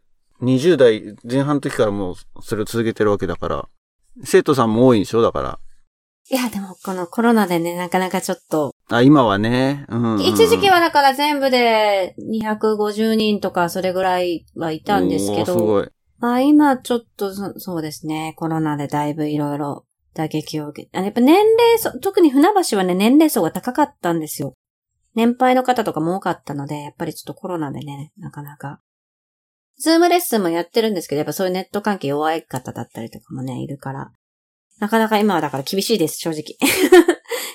20代前半の時からもうそれを続けてるわけだから、生徒さんも多いんでしょだから。いや、でもこのコロナでね、なかなかちょっと。あ、今はね。うんうんうん一時期はだから全部で250人とかそれぐらいはいたんですけおーすど。ごい。まあ今ちょっとそそうですね、コロナでだいぶいろいろ打撃を受けて、あやっぱ年齢層、特に船橋はね、年齢層が高かったんですよ。年配の方とかも多かったので、やっぱりちょっとコロナでね、なかなか。ズームレッスンもやってるんですけど、やっぱそういうネット関係弱い方だったりとかもね、いるから。なかなか今はだから厳しいです、正直。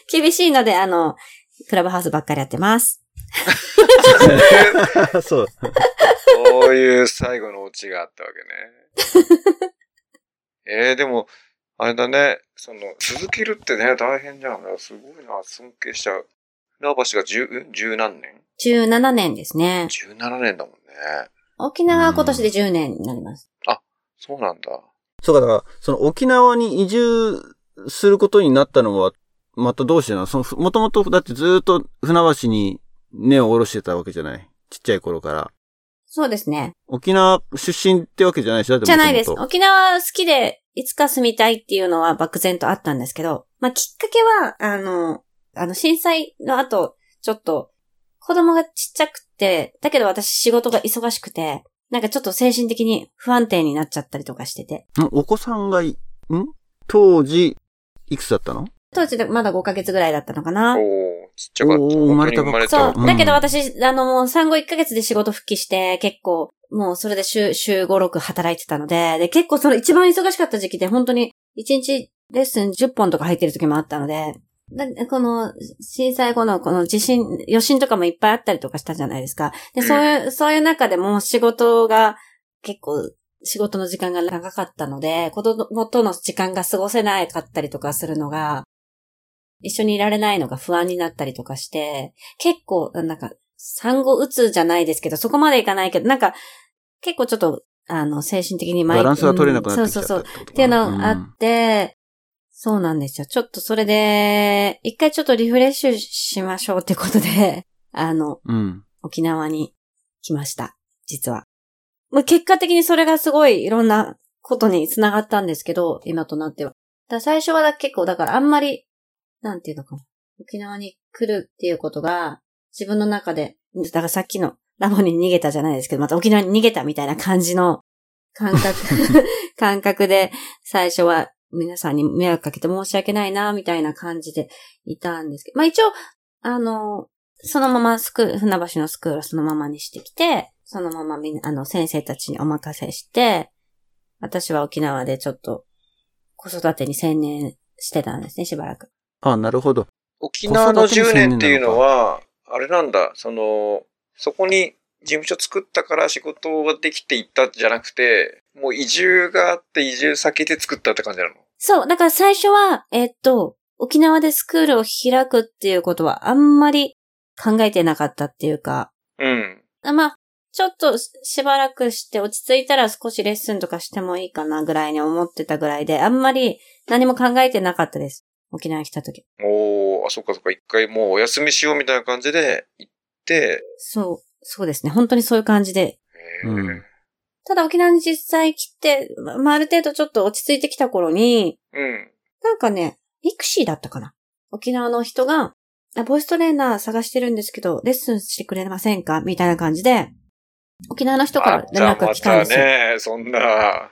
厳しいので、あの、クラブハウスばっかりやってます。 そう。そういう最後のオチがあったわけ ね。えー、でも、あれだね、その、続けるってね、大変じゃん。すごいな、尊敬しちゃう。船橋が十、ん十何年17年ですね。 ?17 年だもんね。沖縄は今年で10年になります。そうなんだ。そうか、だから、その沖縄に移住することになったのは、またどうしてなのその、もともと、だってずっと船橋に根を下ろしてたわけじゃないちっちゃい頃から。そうですね。沖縄出身ってわけじゃないし、だってじゃないです。元々沖縄好きで、いつか住みたいっていうのは漠然とあったんですけど、まあ、きっかけは、あの、あの、震災の後、ちょっと、子供がちっちゃくて、だけど私仕事が忙しくて、なんかちょっと精神的に不安定になっちゃったりとかしてて。んお子さんがい、ん当時、いくつだったの当時でまだ5ヶ月ぐらいだったのかなお。おちっちゃかった。おー本当に生まれたばっかそうんう。だけど私、あの、もう産後1ヶ月で仕事復帰して、結構、もうそれで週、週5、6働いてたので、で、結構その一番忙しかった時期で、本当に1日レッスン10本とか入ってる時もあったので、だこの、震災後のこの地震、余震とかもいっぱいあったりとかしたじゃないですか。で、そういう、そういう中でも仕事が結構、仕事の時間が長かったので、子供との時間が過ごせなかったりとかするのが、一緒にいられないのが不安になったりとかして、結構、なんか、産後うつじゃないですけど、そこまでいかないけど、なんか、結構ちょっと、あの、精神的に毎バランスが取れなくなってきちゃうんそうそうっそた。うってことっていうのうんがあって、そうなんですよ。ちょっとそれで、一回ちょっとリフレッシュしましょうってことで、 あの、うん。沖縄に来ました。実は。まあ、結果的にそれがすごいいろんなことにつながったんですけど、今となっては。だから最初はだ結構だからあんまり、なんていうのかな。沖縄に来るっていうことが自分の中で、だからさっきのラボに逃げたじゃないですけど、また沖縄に逃げたみたいな感じの感覚、感覚で最初は皆さんに迷惑かけて申し訳ないな、みたいな感じでいたんですけど、まあ一応、あの、そのままスクール、船橋のスクールはそのままにしてきて、そのままみんな、あの、先生たちにお任せして、私は沖縄でちょっと子育てに専念してたんですね、しばらく。あ、なるほど。沖縄の10年っていうのは、あれなんだ、その、そこに事務所作ったから仕事ができていったじゃなくて、もう移住があって移住先で作ったって感じなのそう、だから最初は、えっと、沖縄でスクールを開くっていうことはあんまり考えてなかったっていうか、うん。あまあ、ちょっとししばらくして落ち着いたら少しレッスンとかしてもいいかなぐらいに思ってたぐらいで、あんまり何も考えてなかったです。沖縄に来た時。おー、あ、そっかそっか、一回もうお休みしようみたいな感じで行って、そう、そうですね。本当にそういう感じで。えーうんただ沖縄に実際来て、ままあ、ある程度ちょっと落ち着いてきた頃に、うん。なんかね、ミクシーだったかな。沖縄の人が、あボイストレーナー探してるんですけど、レッスンしてくれませんかみたいな感じで、沖縄の人から連絡が来たんですよ。あまね、そんな。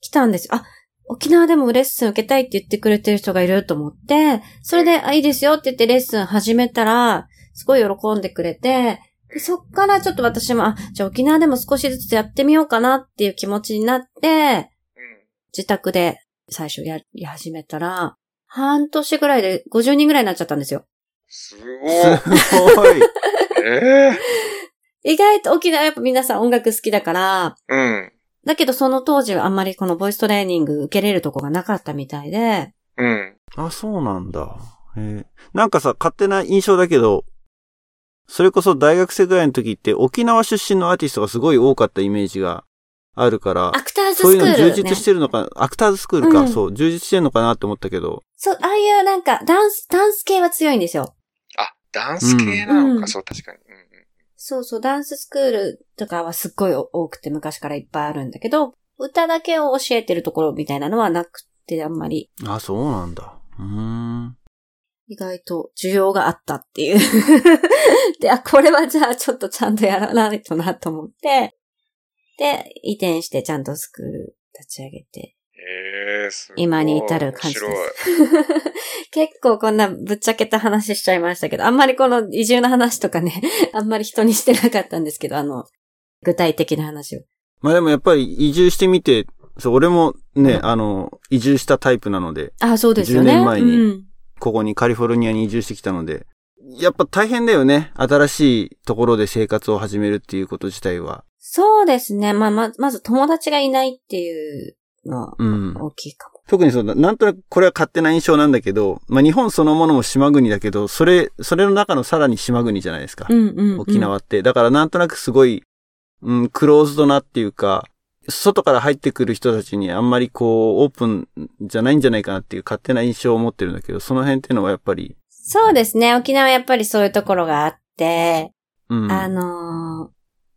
来たんですよ。あ、沖縄でもレッスン受けたいって言ってくれてる人がいると思って、それで、あ、いいですよって言ってレッスン始めたら、すごい喜んでくれて、でそっからちょっと私も、あ、じゃあ沖縄でも少しずつやってみようかなっていう気持ちになって、自宅で最初やり始めたら、半年ぐらいで50人ぐらいになっちゃったんですよ。すすごい。ごい。えー、意外と沖縄やっぱ皆さん音楽好きだから、うん。だけどその当時はあんまりこのボイストレーニング受けれるとこがなかったみたいで、うん。あ、そうなんだ。えーなんかさ、勝手な印象だけど、それこそ大学生ぐらいの時って沖縄出身のアーティストがすごい多かったイメージがあるから、アクターズスクそういうのー充ル、ね実。してるのか、アクターズスクールか、うんそう、充実してるのかなって思ったけど、そう、ああいうなんか、ダンス、ダンス系は強いんですよ。あ、ダンス系なのか、うんそう、確かに。うんそうそう、ダンススクールとかはすっごい多くて昔からいっぱいあるんだけど、歌だけを教えてるところみたいなのはなくってあんまりあ、そうなんだ。うーん。意外と需要があったっていう。 で、あ、これはじゃあちょっとちゃんとやらないとなと思って、で、移転してちゃんとスクール立ち上げて、えー、すごい今に至る感じで面白いす。 結構こんなぶっちゃけた話しちゃいましたけど、あんまりこの移住の話とかね、 あんまり人にしてなかったんですけど、あの、具体的な話を。まあでもやっぱり移住してみて、そう、俺もね、あの、移住したタイプなので、あ、そうですよね。 10年前にうんここにカリフォルニアに移住してきたので、やっぱ大変だよね。新しいところで生活を始めるっていうこと自体は。そうですね。まあ、ま、まず友達がいないっていうのはうん。大きいかも。特にそうだ、なんとなくこれは勝手な印象なんだけど、まあ日本そのものも島国だけど、それ、それの中のさらに島国じゃないですか。うんうん、うん。沖縄って。だからなんとなくすごい、うん、クローズドなっていうか、外から入ってくる人たちにあんまりこう、オープンじゃないんじゃないかなっていう勝手な印象を持ってるんだけど、その辺っていうのはやっぱり、そうですね。沖縄やっぱりそういうところがあって、うん。あの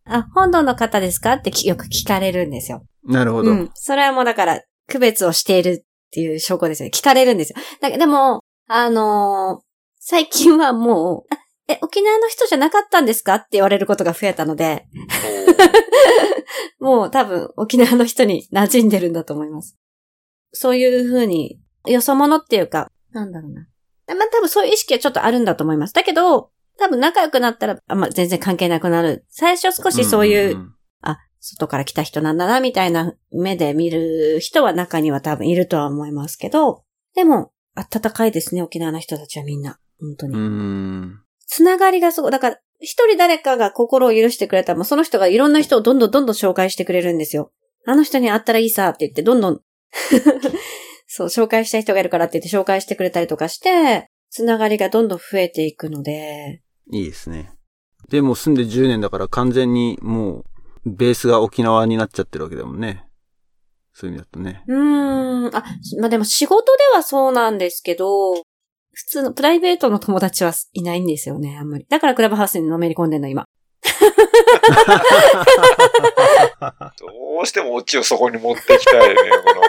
ーあ、本土の方ですかってきよく聞かれるんですよ。なるほど。うん。それはもうだから、区別をしているっていう証拠ですよね。聞かれるんですよ。だけでも、あのー最近はもう、あ え、沖縄の人じゃなかったんですかって言われることが増えたので、もう多分沖縄の人に馴染んでるんだと思います。そういうふうに、よそ者っていうか、なんだろうな。まあ多分そういう意識はちょっとあるんだと思います。だけど、多分仲良くなったら、あんま全然関係なくなる。最初少しそういう、んんんあ、外から来た人なんだな、みたいな目で見る人は中には多分いるとは思いますけど、でも、暖かいですね、沖縄の人たちはみんな。本当うに。ーん。つながりがすごい。だから、一人誰かが心を許してくれたら、もうその人がいろんな人をどんどんどんどん紹介してくれるんですよ。あの人に会ったらいいさって言って、どんど ん、そう、紹介したい人がいるからって言って紹介してくれたりとかして、つながりがどんどん増えていくので、いいですね。でも住んで10年だから完全にもう、ベースが沖縄になっちゃってるわけだもんね。そういう意味だとね。うーん、あ、まあ、でも仕事ではそうなんですけど、普通のプライベートの友達はいないんですよね、あんまり。だからクラブハウスにのめり込んでんの、今。 どうしてもオチをそこに持ってきたいね、この。ね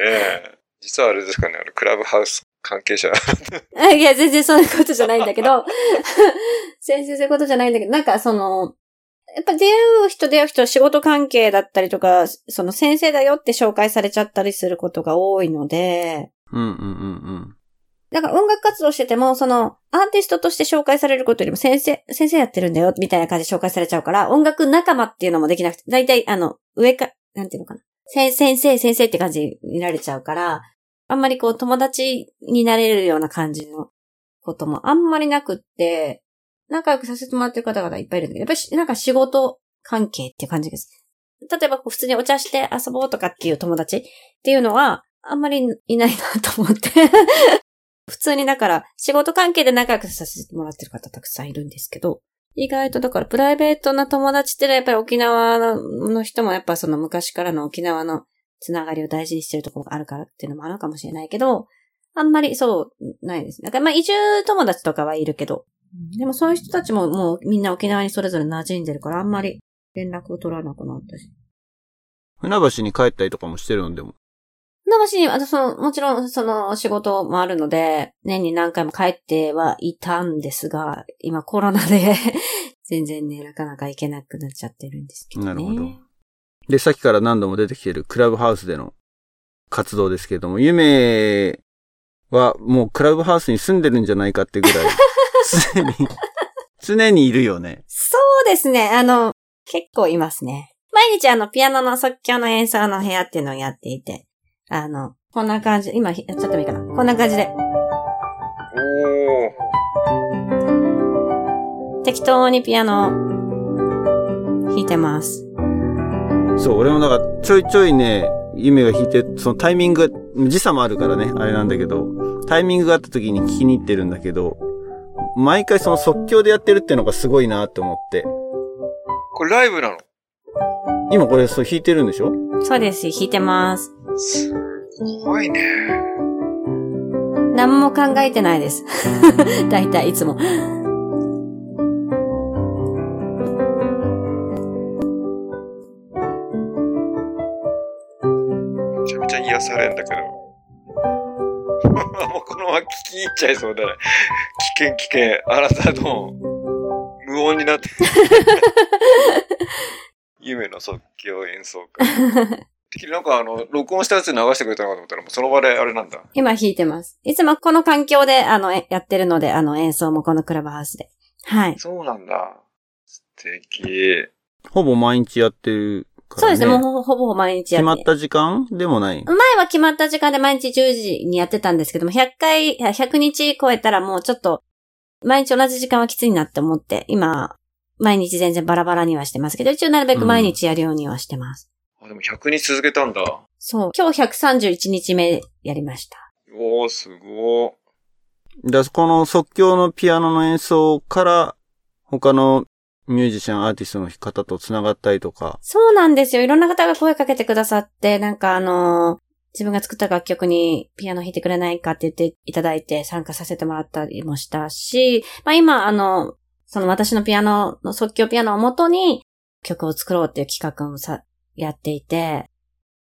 え。実はあれですかね、あの、クラブハウス関係者。あいや、全然そういうことじゃないんだけど、 全然そういうことじゃないんだけど、なんかその、やっぱ出会う人出会う人仕事関係だったりとか、その先生だよって紹介されちゃったりすることが多いので、うんうんうんだから音楽活動してても、その、アーティストとして紹介されることよりも、先生、先生やってるんだよ、みたいな感じで紹介されちゃうから、音楽仲間っていうのもできなくて、だいたい、あの、上か、なんていうのかな。先先生、先生って感じになれちゃうから、あんまりこう、友達になれるような感じのこともあんまりなくって、仲良くさせてもらってる方々いっぱいいるんだけど、やっぱりしなんか仕事関係っていう感じです。例えばこう、普通にお茶して遊ぼうとかっていう友達っていうのは、あんまりいないなと思って。普通にだから仕事関係で仲良くさせてもらってる方たくさんいるんですけど、意外とだからプライベートな友達ってのはやっぱり沖縄の人もやっぱその昔からの沖縄のつながりを大事にしてるところがあるからっていうのもあるかもしれないけど、あんまりそう、ないですね。だからまあ移住友達とかはいるけど、でもそういう人たちももうみんな沖縄にそれぞれ馴染んでるからあんまり連絡を取らなくなったし。うん。船橋に帰ったりとかもしてるのでも。船橋に、あとその、もちろんその仕事もあるので、年に何回も帰ってはいたんですが、 今コロナで、 全然ね、なかなか行けなくなっちゃってるんですけどなね。るほどで、さっきから何度も出てきてるクラブハウスでの活動ですけれども、ゆめはもうクラブハウスに住んでるんじゃないかってぐらい、常に、常にいるよね。そうですね、あの、結構いますね。毎日あの、ピアノの即興の演奏の部屋っていうのをやっていて、あの、こんな感じ、今、ひやっちゃってもいいかな。こんな感じで、おー。適当にピアノを弾いてます。そう、俺もなんかちょいちょいね、ゆめが弾いて、そのタイミングが、時差もあるからね、あれなんだけど、タイミングがあった時に聞きに行ってるんだけど、毎回その即興でやってるってのがすごいなって思って。これライブなの今これそう弾いてるんでしょそうです、弾いてます。すごいね。何も考えてないです。 だいたいいつも。めちゃめちゃ癒返されるんだけど。 もうこのまま聞き入っちゃいそうだね。危険危険。あなたの無音に なって。夢の即興演奏会。てっきりなんかあの、録音したやつ流してくれたのかと思ったら、もうその場であれなんだ。今弾いてます。いつもこの環境で、あの、えやってるので、あの、演奏もこのクラブハウスで。はい。そうなんだ。素敵。ほぼ毎日やってるからね。そうですね。もうほぼほぼ毎日や決まっ。ってた時間でもない。前は決まった時間で毎日10時にやってたんですけども、100回、あ100日超えたらもうちょっと、毎日同じ時間はきついなって思って、今、毎日全然バラバラにはしてますけど、一応なるべく毎日やるようにはしてます。あ、でも100日続けたんだ。そう。今日131日目やりました。おー、すごー。だこの即興のピアノの演奏から、他のミュージシャン、アーティストの方と繋がったりとか。そうなんですよ。いろんな方が声かけてくださって、なんかあのー自分が作った楽曲にピアノ弾いてくれないかって言っていただいて参加させてもらったりもしたし、まあ今あの、その私のピアノの即興ピアノをもとに曲を作ろうっていう企画をさ、やっていて、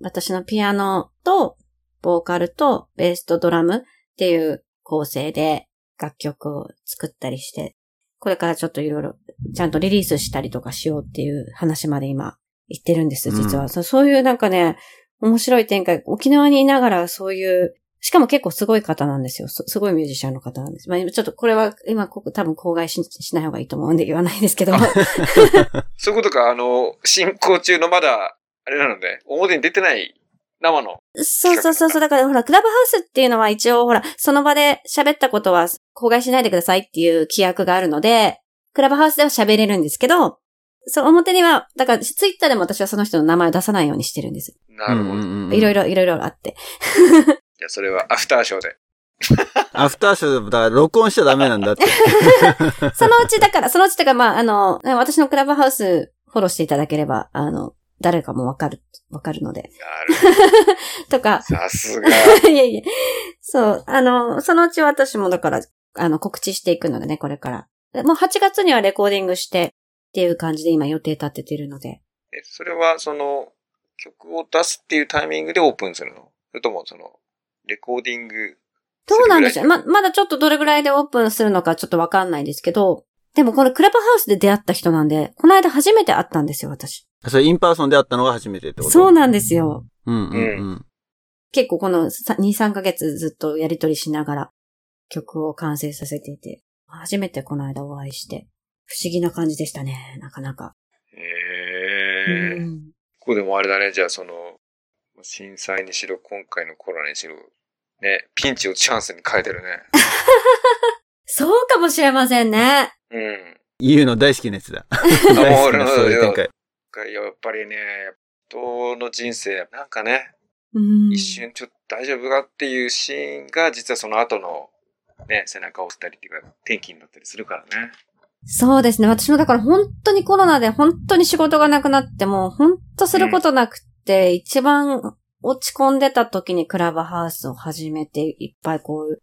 私のピアノとボーカルとベースとドラムっていう構成で楽曲を作ったりして、これからちょっといろいろちゃんとリリースしたりとかしようっていう話まで今言ってるんです、実は。うんそそういうなんかね、面白い展開、沖縄にいながらそういう、しかも結構すごい方なんですよ。すすごいミュージシャンの方なんです。まあ、今ちょっとこれは今ここ多分公害ししない方がいいと思うんで言わないですけど。そういうことか、あの、進行中のまだ、あれなので、表に出てない生の。そうそうそうそう。だからほら、クラブハウスっていうのは一応ほら、その場で喋ったことは公害しないでくださいっていう規約があるので、クラブハウスでは喋れるんですけど、そう、表には、だから、ツイッターでも私はその人の名前を出さないようにしてるんです。なるほど。うんじうんうんいろいろ、いろいろあって。ゃあそれはアフターショーで。アフターショーでも、だから録音しちゃダメなんだって。そのうちだから、そのうちだから、まあ、あの、私のクラブハウスフォローしていただければ、あの、誰かもわかる、わかるので。 なるほど。とか、さすが。 いやいや。そう。あの、そのうち私もだから、あの、告知していくのでね、これから。もう8月にはレコーディングしてっていう感じで今予定立ててるので。え、それはその、曲を出すっていうタイミングでオープンするのそれともその、レコーディング。どうなんでしょすうるぐらいま、まだちょっとどれぐらいでオープンするのかちょっとわかんないですけど、でもこのクラブハウスで出会った人なんで、この間初めて会ったんですよ、私。それインパーソンで会ったのが初めてってことそうなんですよ。うんうんうん。結構このさ2、3ヶ月ずっとやりとりしながら曲を完成させていて、初めてこの間お会いして、不思議な感じでしたね、なかなか。へえうー。んここでもあれだね、じゃあその、震災にしろ、今回のコロナにしろ、ね、ピンチをチャンスに変えてるね。そうかもしれませんね。うん。言うの大好きなやつ だ。あ大も好うき俺なのそういう展開。やっぱりね、人の人生、なんかね、うん一。瞬ちょっと大丈夫かっていうシーンが、実はその後の、ね、背中を押したりっていうか、転機になったりするからね。そうですね。私もだから本当にコロナで本当に仕事がなくなっても、本当することなくて、一番落ち込んでた時にクラブハウスを始めて、いっぱいこういう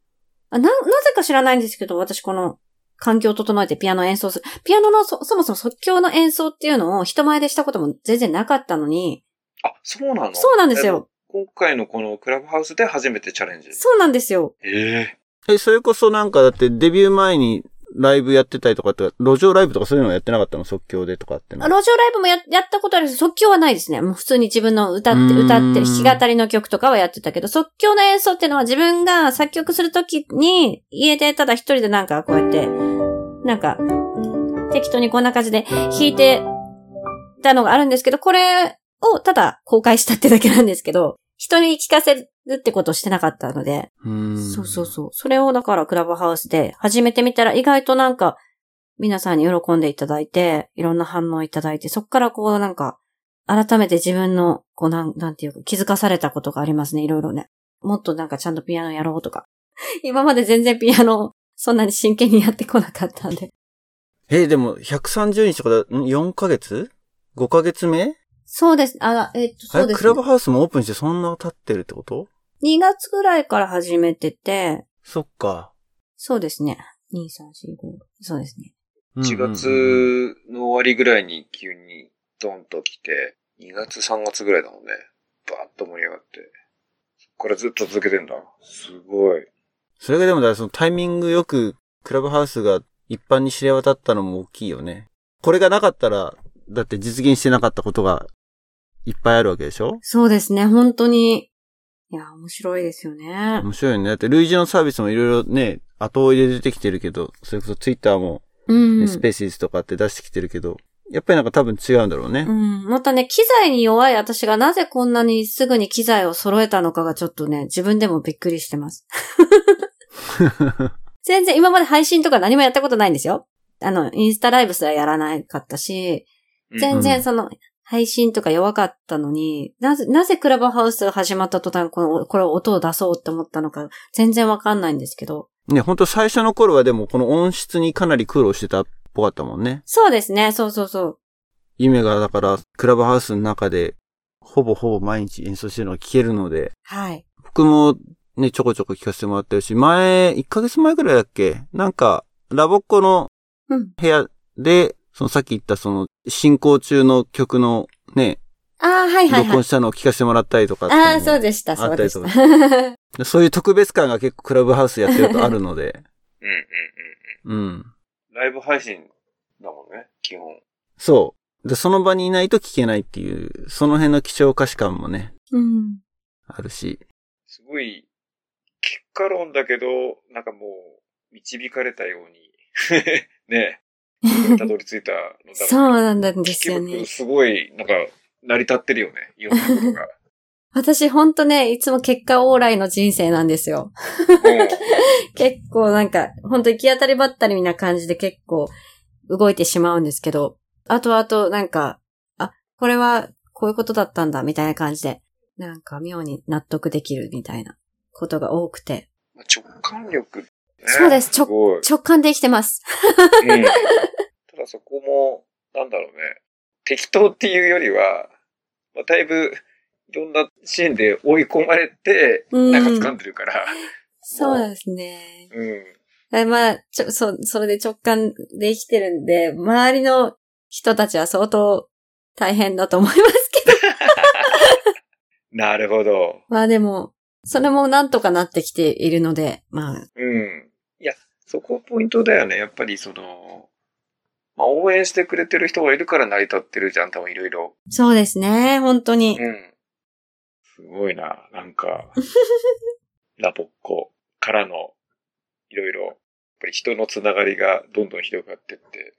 あな、なぜか知らないんですけど、私この環境を整えてピアノ演奏する。ピアノのそそもそも即興の演奏っていうのを人前でしたことも全然なかったのに、あ、そうなのそうなんですよ。え今回のこのクラブハウスで初めてチャレンジ。そうなんですよ。えええ、それこそなんかだってデビュー前にライブやってたりとかって、路上ライブとかそういうのやってなかったの即興でとかってのあ路上ライブもややったことあるし、即興はないですね。もう普通に自分の歌っうて、ーん歌ってる弾き語りの曲とかはやってたけど、即興の演奏っていうのは自分が作曲するときに、家でただ一人でなんかこうやって、なんか、適当にこんな感じで弾いてたのがあるんですけど、これをただ公開したってだけなんですけど、人に聞かせるってことをしてなかったので、うんそうそうそう。それをだからクラブハウスで始めてみたら意外となんか皆さんに喜んでいただいて、いろんな反応いただいて、そっからこうなんか改めて自分のこうなん、なんていうか気づかされたことがありますね、いろいろね。もっとなんかちゃんとピアノやろうとか。 今まで全然ピアノそんなに真剣にやってこなかったんで。え、でも130日とかだ、ん ?4 ヶ月 ?5 ヶ月目そうです。あ、えっと、あそうれ、でクす、ラねブ。ハウスもオープンしてそんな経ってるってこと2月ぐらいから始めてて、そっか。そうですね。2、3、4、5。そうですね。 1月の終わりぐらいに急にドンと来て、2月3月ぐらいだもんね。バーッと盛り上がって。これずっと続けてんだ。すごい。それがでもだ、そのタイミングよくクラブハウスが一般に知れ渡ったのも大きいよね。これがなかったら、だって実現してなかったことがいっぱいあるわけでしょそうですね、本当に。いや、面白いですよね。面白いよね。だって類似のサービスもいろいろね、後追いで出てきてるけど、それこそツイッターも、うん。ねスペーシーズとかって出してきてるけど、やっぱりなんか多分違うんだろうね。うん。またね、機材に弱い私がなぜこんなにすぐに機材を揃えたのかがちょっとね、自分でもびっくりして ます。全然今まで配信とか何もやったことないんですよ。あの、インスタライブすらやらなかったし、全然その、配信とか弱かったのに、なぜ、なぜクラブハウスが始まった途端、この、これを音を出そうって思ったのか、全然わかんないんですけど。ね、ほんと最初の頃はでもこの音質にかなり苦労してたっぽかったもんね。そうですね、そうそうそう。夢がだからクラブハウスの中でほぼほぼ毎日演奏してるのが聞けるので、はい。僕もね、ちょこちょこ聞かせてもらってるし、前、1ヶ月前くらいだっけなんか、ラボっ子のうん。部屋で、そのさっき言ったその進行中の曲のね、ああ、はいはい録は音い。したのを聞かせてもらったりとかっていのもああ、そうでした、そうでしあた。ったでそういう特別感が結構クラブハウスやってるとあるの で、うんうんうんうん。うん。ライブ配信だもんね、基本。そう。で、その場にいないと聞けないっていう、その辺の貴重歌詞感もね、うん。あるし。すごい、結果論だけど、なんかもう、導かれたように、 ね、たどり着いたのだろうそうなんですよ結ね局。すごい、なんか、成り立ってるよ ね、いろんなことが。私ほんとね、いつも結果往来の人生なんですよ。うん結構なんか、ほんと行き当たりばったりな感じで結構動いてしまうんですけど、あとあとなんか、あ、これはこういうことだったんだ、みたいな感じで、なんか妙に納得できるみたいなことが多くて。直感力、ね、そうですすごい。直感で生きてます。うん ただそこも、なんだろうね。適当っていうよりは、まあ、だいぶ、いろんなシーンで追い込まれて、うんなんか掴んでるから。そうですね。うん。えまあ、ちょ、そう、それで直感で生きてるんで、周りの人たちは相当大変だと思いますけど。 なるほど。まあでも、それもなんとかなってきているので、まあ、うん。いや、そこポイントだよね。やっぱりその、まあ、応援してくれてる人がいるから成り立ってるじゃん、多分いろいろ。そうですね、本当に。うん。すごいな、なんか、ラボっ子からの、いろいろ、やっぱり人のつながりがどんどん広がってって、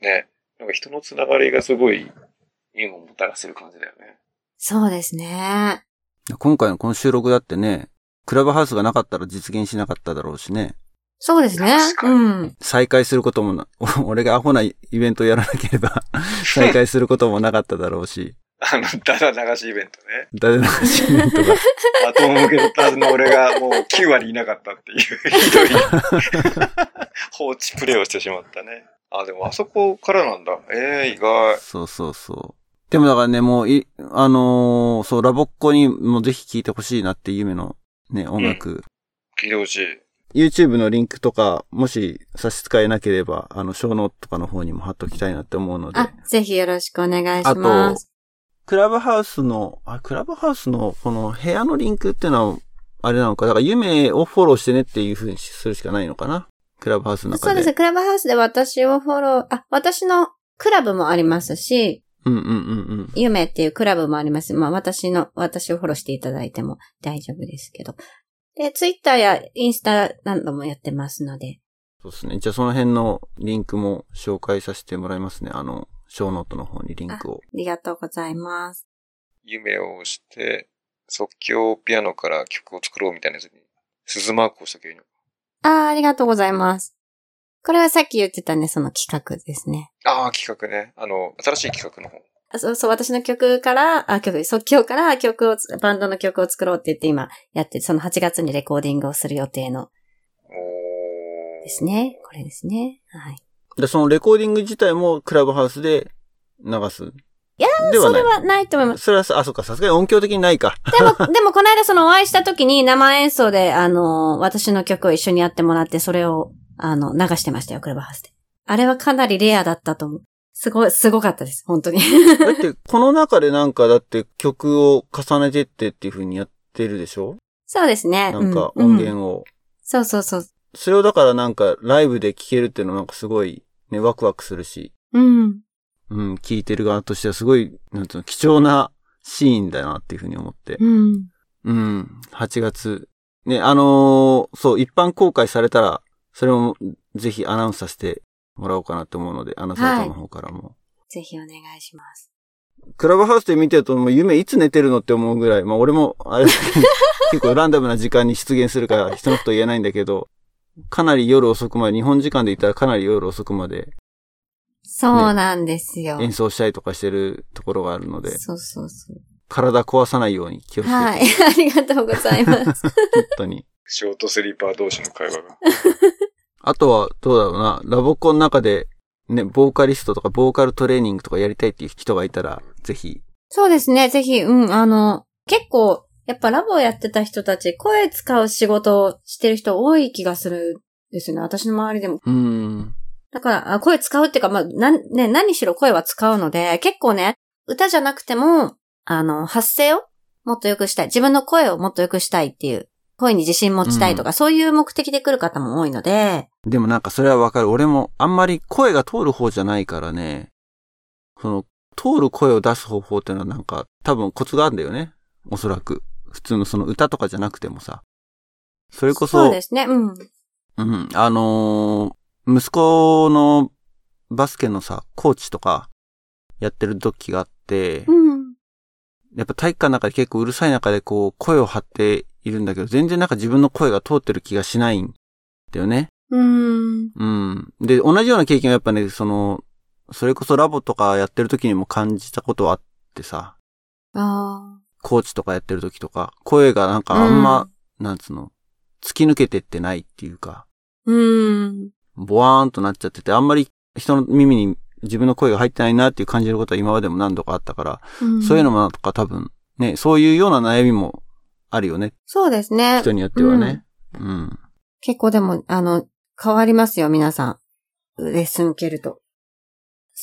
ね、なんか人のつながりがすごい、縁をもたらせる感じだよね。そうですね。今回のこの収録だってね、クラブハウスがなかったら実現しなかっただろうしね。そうですね確。かにうん。再開することもな、 俺がアホなイベントをやらなければ、再開することもなかっただろうし、 あの、ダダ流しイベントね。誰の話イベントが。バトンを受け取ったはずの俺がもう9割いなかったっていう、ひどい放置プレイをしてしまったね。あ、でもあそこからなんだ。ええ意外。そうそうそう。でもだからね、もうい、あのーそう、ラボっ子にもぜひ聴いてほしいなっていう夢のね、音楽、聞いてほしい。 YouTube のリンクとか、もし差し支えなければ、あの、小ノートとかの方にも貼っときたいなって思うので。あ、ぜひよろしくお願いしあまとす。、クラブハウスの、あ、クラブハウスのこの部屋のリンクっていうのは、あれなのか、だから夢をフォローしてねっていう風にするしかないのかな。クラブハウスの中で。そうですね、クラブハウスで私をフォロー、あ、私のクラブもありますし、うんうんうんゆめっていうクラブもあります。まあ私の、私をフォローしていただいても大丈夫ですけど。で、ツイッターやインスタ何度もやってますので。そうですね。じゃあその辺のリンクも紹介させてもらいますね。あの、小ノートの方にリンクを。ありがとうございます。夢を押して、即興ピアノから曲を作ろうみたいなやつに、鈴マークをしたけど、あーありがとうございます。これはさっき言ってたね、その企画ですね。ああ、企画ね。あの、新しい企画の方。あそうそう、私の曲から、あ、曲、即興から曲をつ、バンドの曲を作ろうって言って今やって、その8月にレコーディングをする予定のおーですね。これですね。はい。で、そのレコーディング自体もクラブハウスで流す。いやではそなれい。はないと思います。それはさ、あ、そっか、さすがに音響的にない か。でも、でもこの間そのお会いした時に生演奏で、あの、私の曲を一緒にやってもらって、それを、あの、流してましたよ、クラブハウスで。あれはかなりレアだったと思う。すごい、すごかったです、本当に。 だって、この中でなんかだって曲を重ねてってっていう風にやってるでしょそうですね。なんかうん音うん源を。そうそうそう。それをだからなんかライブで聴けるっていうのはなんかすごいね、ワクワクするし、うん。うん、聴いてる側としてはすごい、なんつうの、貴重なシーンだなっていうふうに思って。うん。うん、8月。ね、あのーそう、一般公開されたら、それもぜひアナウンスさせてもらおうかなって思うので、アナウンサーの方からも。ぜひお願いします。クラブハウスで見てると、もう夢いつ寝てるのって思うぐらい、まあ俺も、あれ、 結構ランダムな時間に出現するから、人のこと言えないんだけど、かなり夜遅くまで、日本時間で言ったらかなり夜遅くまでそうなんですよ。演奏したりとかしてるところがあるので、そうそうそう。体壊さないように気をつけて、はい。 ありがとうございます。本当に。ショートスリーパー同士の会話が。 あとは、どうだろうな、ラボコンの中で、ね、ボーカリストとかボーカルトレーニングとかやりたいっていう人がいたら、ぜひ、そうですね。ぜひ、うん、あの、結構、やっぱラボをやってた人たち、声使う仕事をしてる人多い気がするんですよね。私の周りでも。うーん、だから、あ声使うっていうか、まあ、なん、ね、何しろ声は使うので、結構ね、歌じゃなくても、あの、発声をもっと良くしたい。自分の声をもっと良くしたいっていう、声に自信持ちたいとか、そういう目的で来る方も多いので、でもなんかそれはわかる。俺もあんまり声が通る方じゃないからね。その、通る声を出す方法っていうのはなんか多分コツがあるんだよね。おそらく。普通のその歌とかじゃなくてもさ。それこそ、そうですね。ううん。ん、あのー息子のバスケのさ、コーチとかやってる時があって、うん。やっぱ体育館の中で結構うるさい中でこう声を張っているんだけど、全然なんか自分の声が通ってる気がしないんだよね。うん。うん。で、同じような経験はやっぱね、その、それこそラボとかやってる時にも感じたことはあってさ、あコーチとかやってる時とか、声がなんかあんま、なんつうの、突き抜けてってないっていうか、あ。うん。ボワーンとなっちゃってて、あんまり人の耳に自分の声が入ってないなっていう感じることは今までも何度かあったから、そういうのも。もなんとか多分、ね、そういうような悩みもあるよね、そうですね人。によってはね。うん。結構でも、あの、変わりますよ、皆さん。レッスン受けると。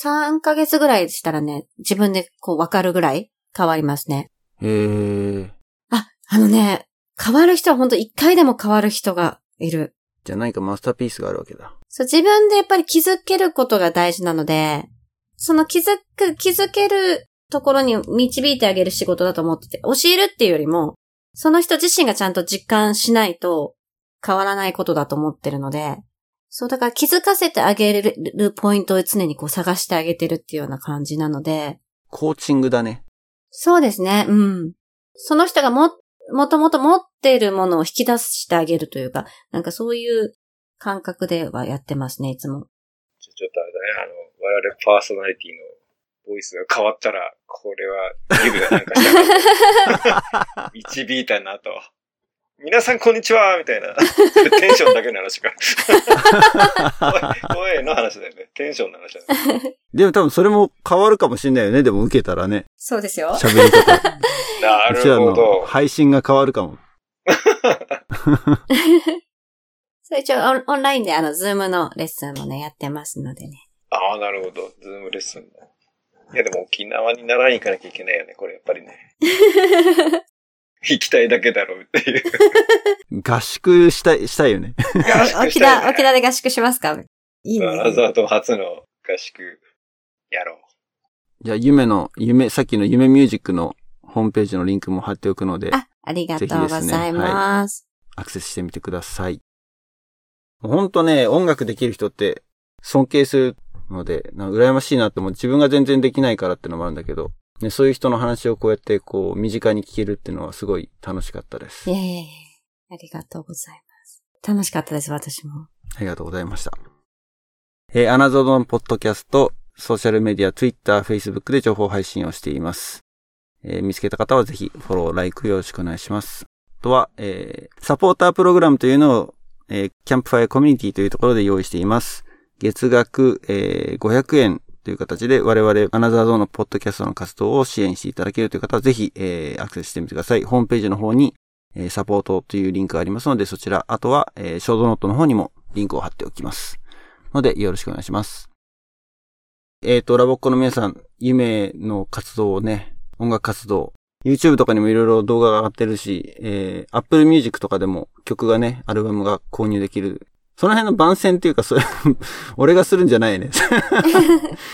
3ヶ月ぐらいしたらね、自分でこう分かるぐらい変わりますね。へえ。あ、あのね、変わる人は本当一回でも変わる人がいる。じゃあ何かマスターピースがあるわけだ。そう、自分でやっぱり気づけることが大事なので、その気づく、気づけるところに導いてあげる仕事だと思ってて、教えるっていうよりも、その人自身がちゃんと実感しないと変わらないことだと思ってるので、そう、だから気づかせてあげれるポイントを常にこう探してあげてるっていうような感じなので、コーチングだね。そうですね、うん。その人がも、もともと持っているものを引き出してあげるというか、なんかそういう感覚ではやってますね、いつも。ちょちょっとあれだね、あの、我々パーソナリティのボイスが変わったら、これは、リブがなんか したな導いたなと。皆さんこんにちはみたいな。それテンションだけの 話か。声の話だよね。テンションの話だね。 でも多分それも変わるかもしれないよね。でも受けたらね。そうですよ喋り方。 なうちらるほのど。配信が変わるかも。それ一応オンオンラインであの、ズームのレッスンもね、やってますのでね。ああ、なるほど。ズームレッスンだ。いや、でも沖縄に習いに行かなきゃいけないよね。これやっぱり ね。行きたいだけだろうっていう。合宿したい、したい よね。合宿沖したい縄、ね沖縄で合宿しますかいいね。わざと初の合宿やろう。じゃあ夢の、夢、さっきの夢ミュージックのホームページのリンクも貼っておくので、あ、ありがとうございます。アクセスしてみてください。ほんとね、音楽できる人って尊敬するので、なんか羨ましいなって思う。自分が全然できないからってのもあるんだけど、ね、そういう人の話をこうやってこう身近に聞けるっていうのはすごい楽しかったです。いあえいえいえありがとうございます。楽しかったです、私も。りがとうございました。えーアナゾードのポッドキャスト、ソーシャルメディア、Twitter、Facebook で情報配信をしています。えー見つけた方はぜひフォロー、ライクよろしくお願いします。あとは、えーサポータープログラムというのを、えーキャンプファイアコミュニティというところで用意しています。月額、えー500円という形で我々アナザードーンのポッドキャストの活動を支援していただけるという方はぜひ、えーアクセスしてみてください。ホームページの方に、えーサポートというリンクがありますのでそちら、あとは、えーショートノートの方にもリンクを貼っておきます。のでよろしくお願いします。えっ、と、ラボっ子の皆さん、夢の活動をね、音楽活動、 YouTube とかにもいろいろ動画が上がってるし、えー、Apple Music とかでも曲がね、アルバムが購入できる。その辺の番宣っていうか、それ、 俺がするんじゃないね。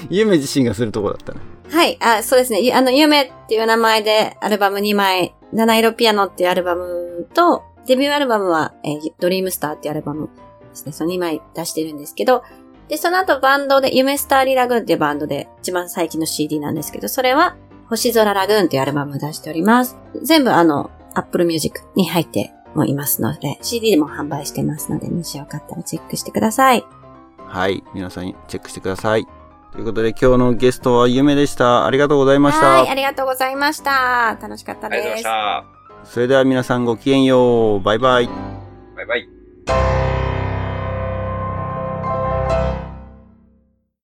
夢自身がするとこだったね。はい。あ、そうですね。ゆあの、夢っていう名前でアルバム2枚、七色ピアノっていうアルバムと、デビューアルバムは、えードリームスターっていうアルバムですね。その2枚出してるんですけど、で、その後バンドで、夢スターリラグーンっていうバンドで、一番最近の CD なんですけど、それは、星空ラグーンっていうアルバムを出しております。全部あの、Apple Music に入ってもいますので、CD でも販売してますので、もしよかったらチェックしてください。はい。皆さんチェックしてください。ということで今日のゲストは夢でした。ありがとうございましはい、た。ありがとうございました。楽しかったありがとうございまですし。た。それでは皆さんごきげんよう。バイバイ。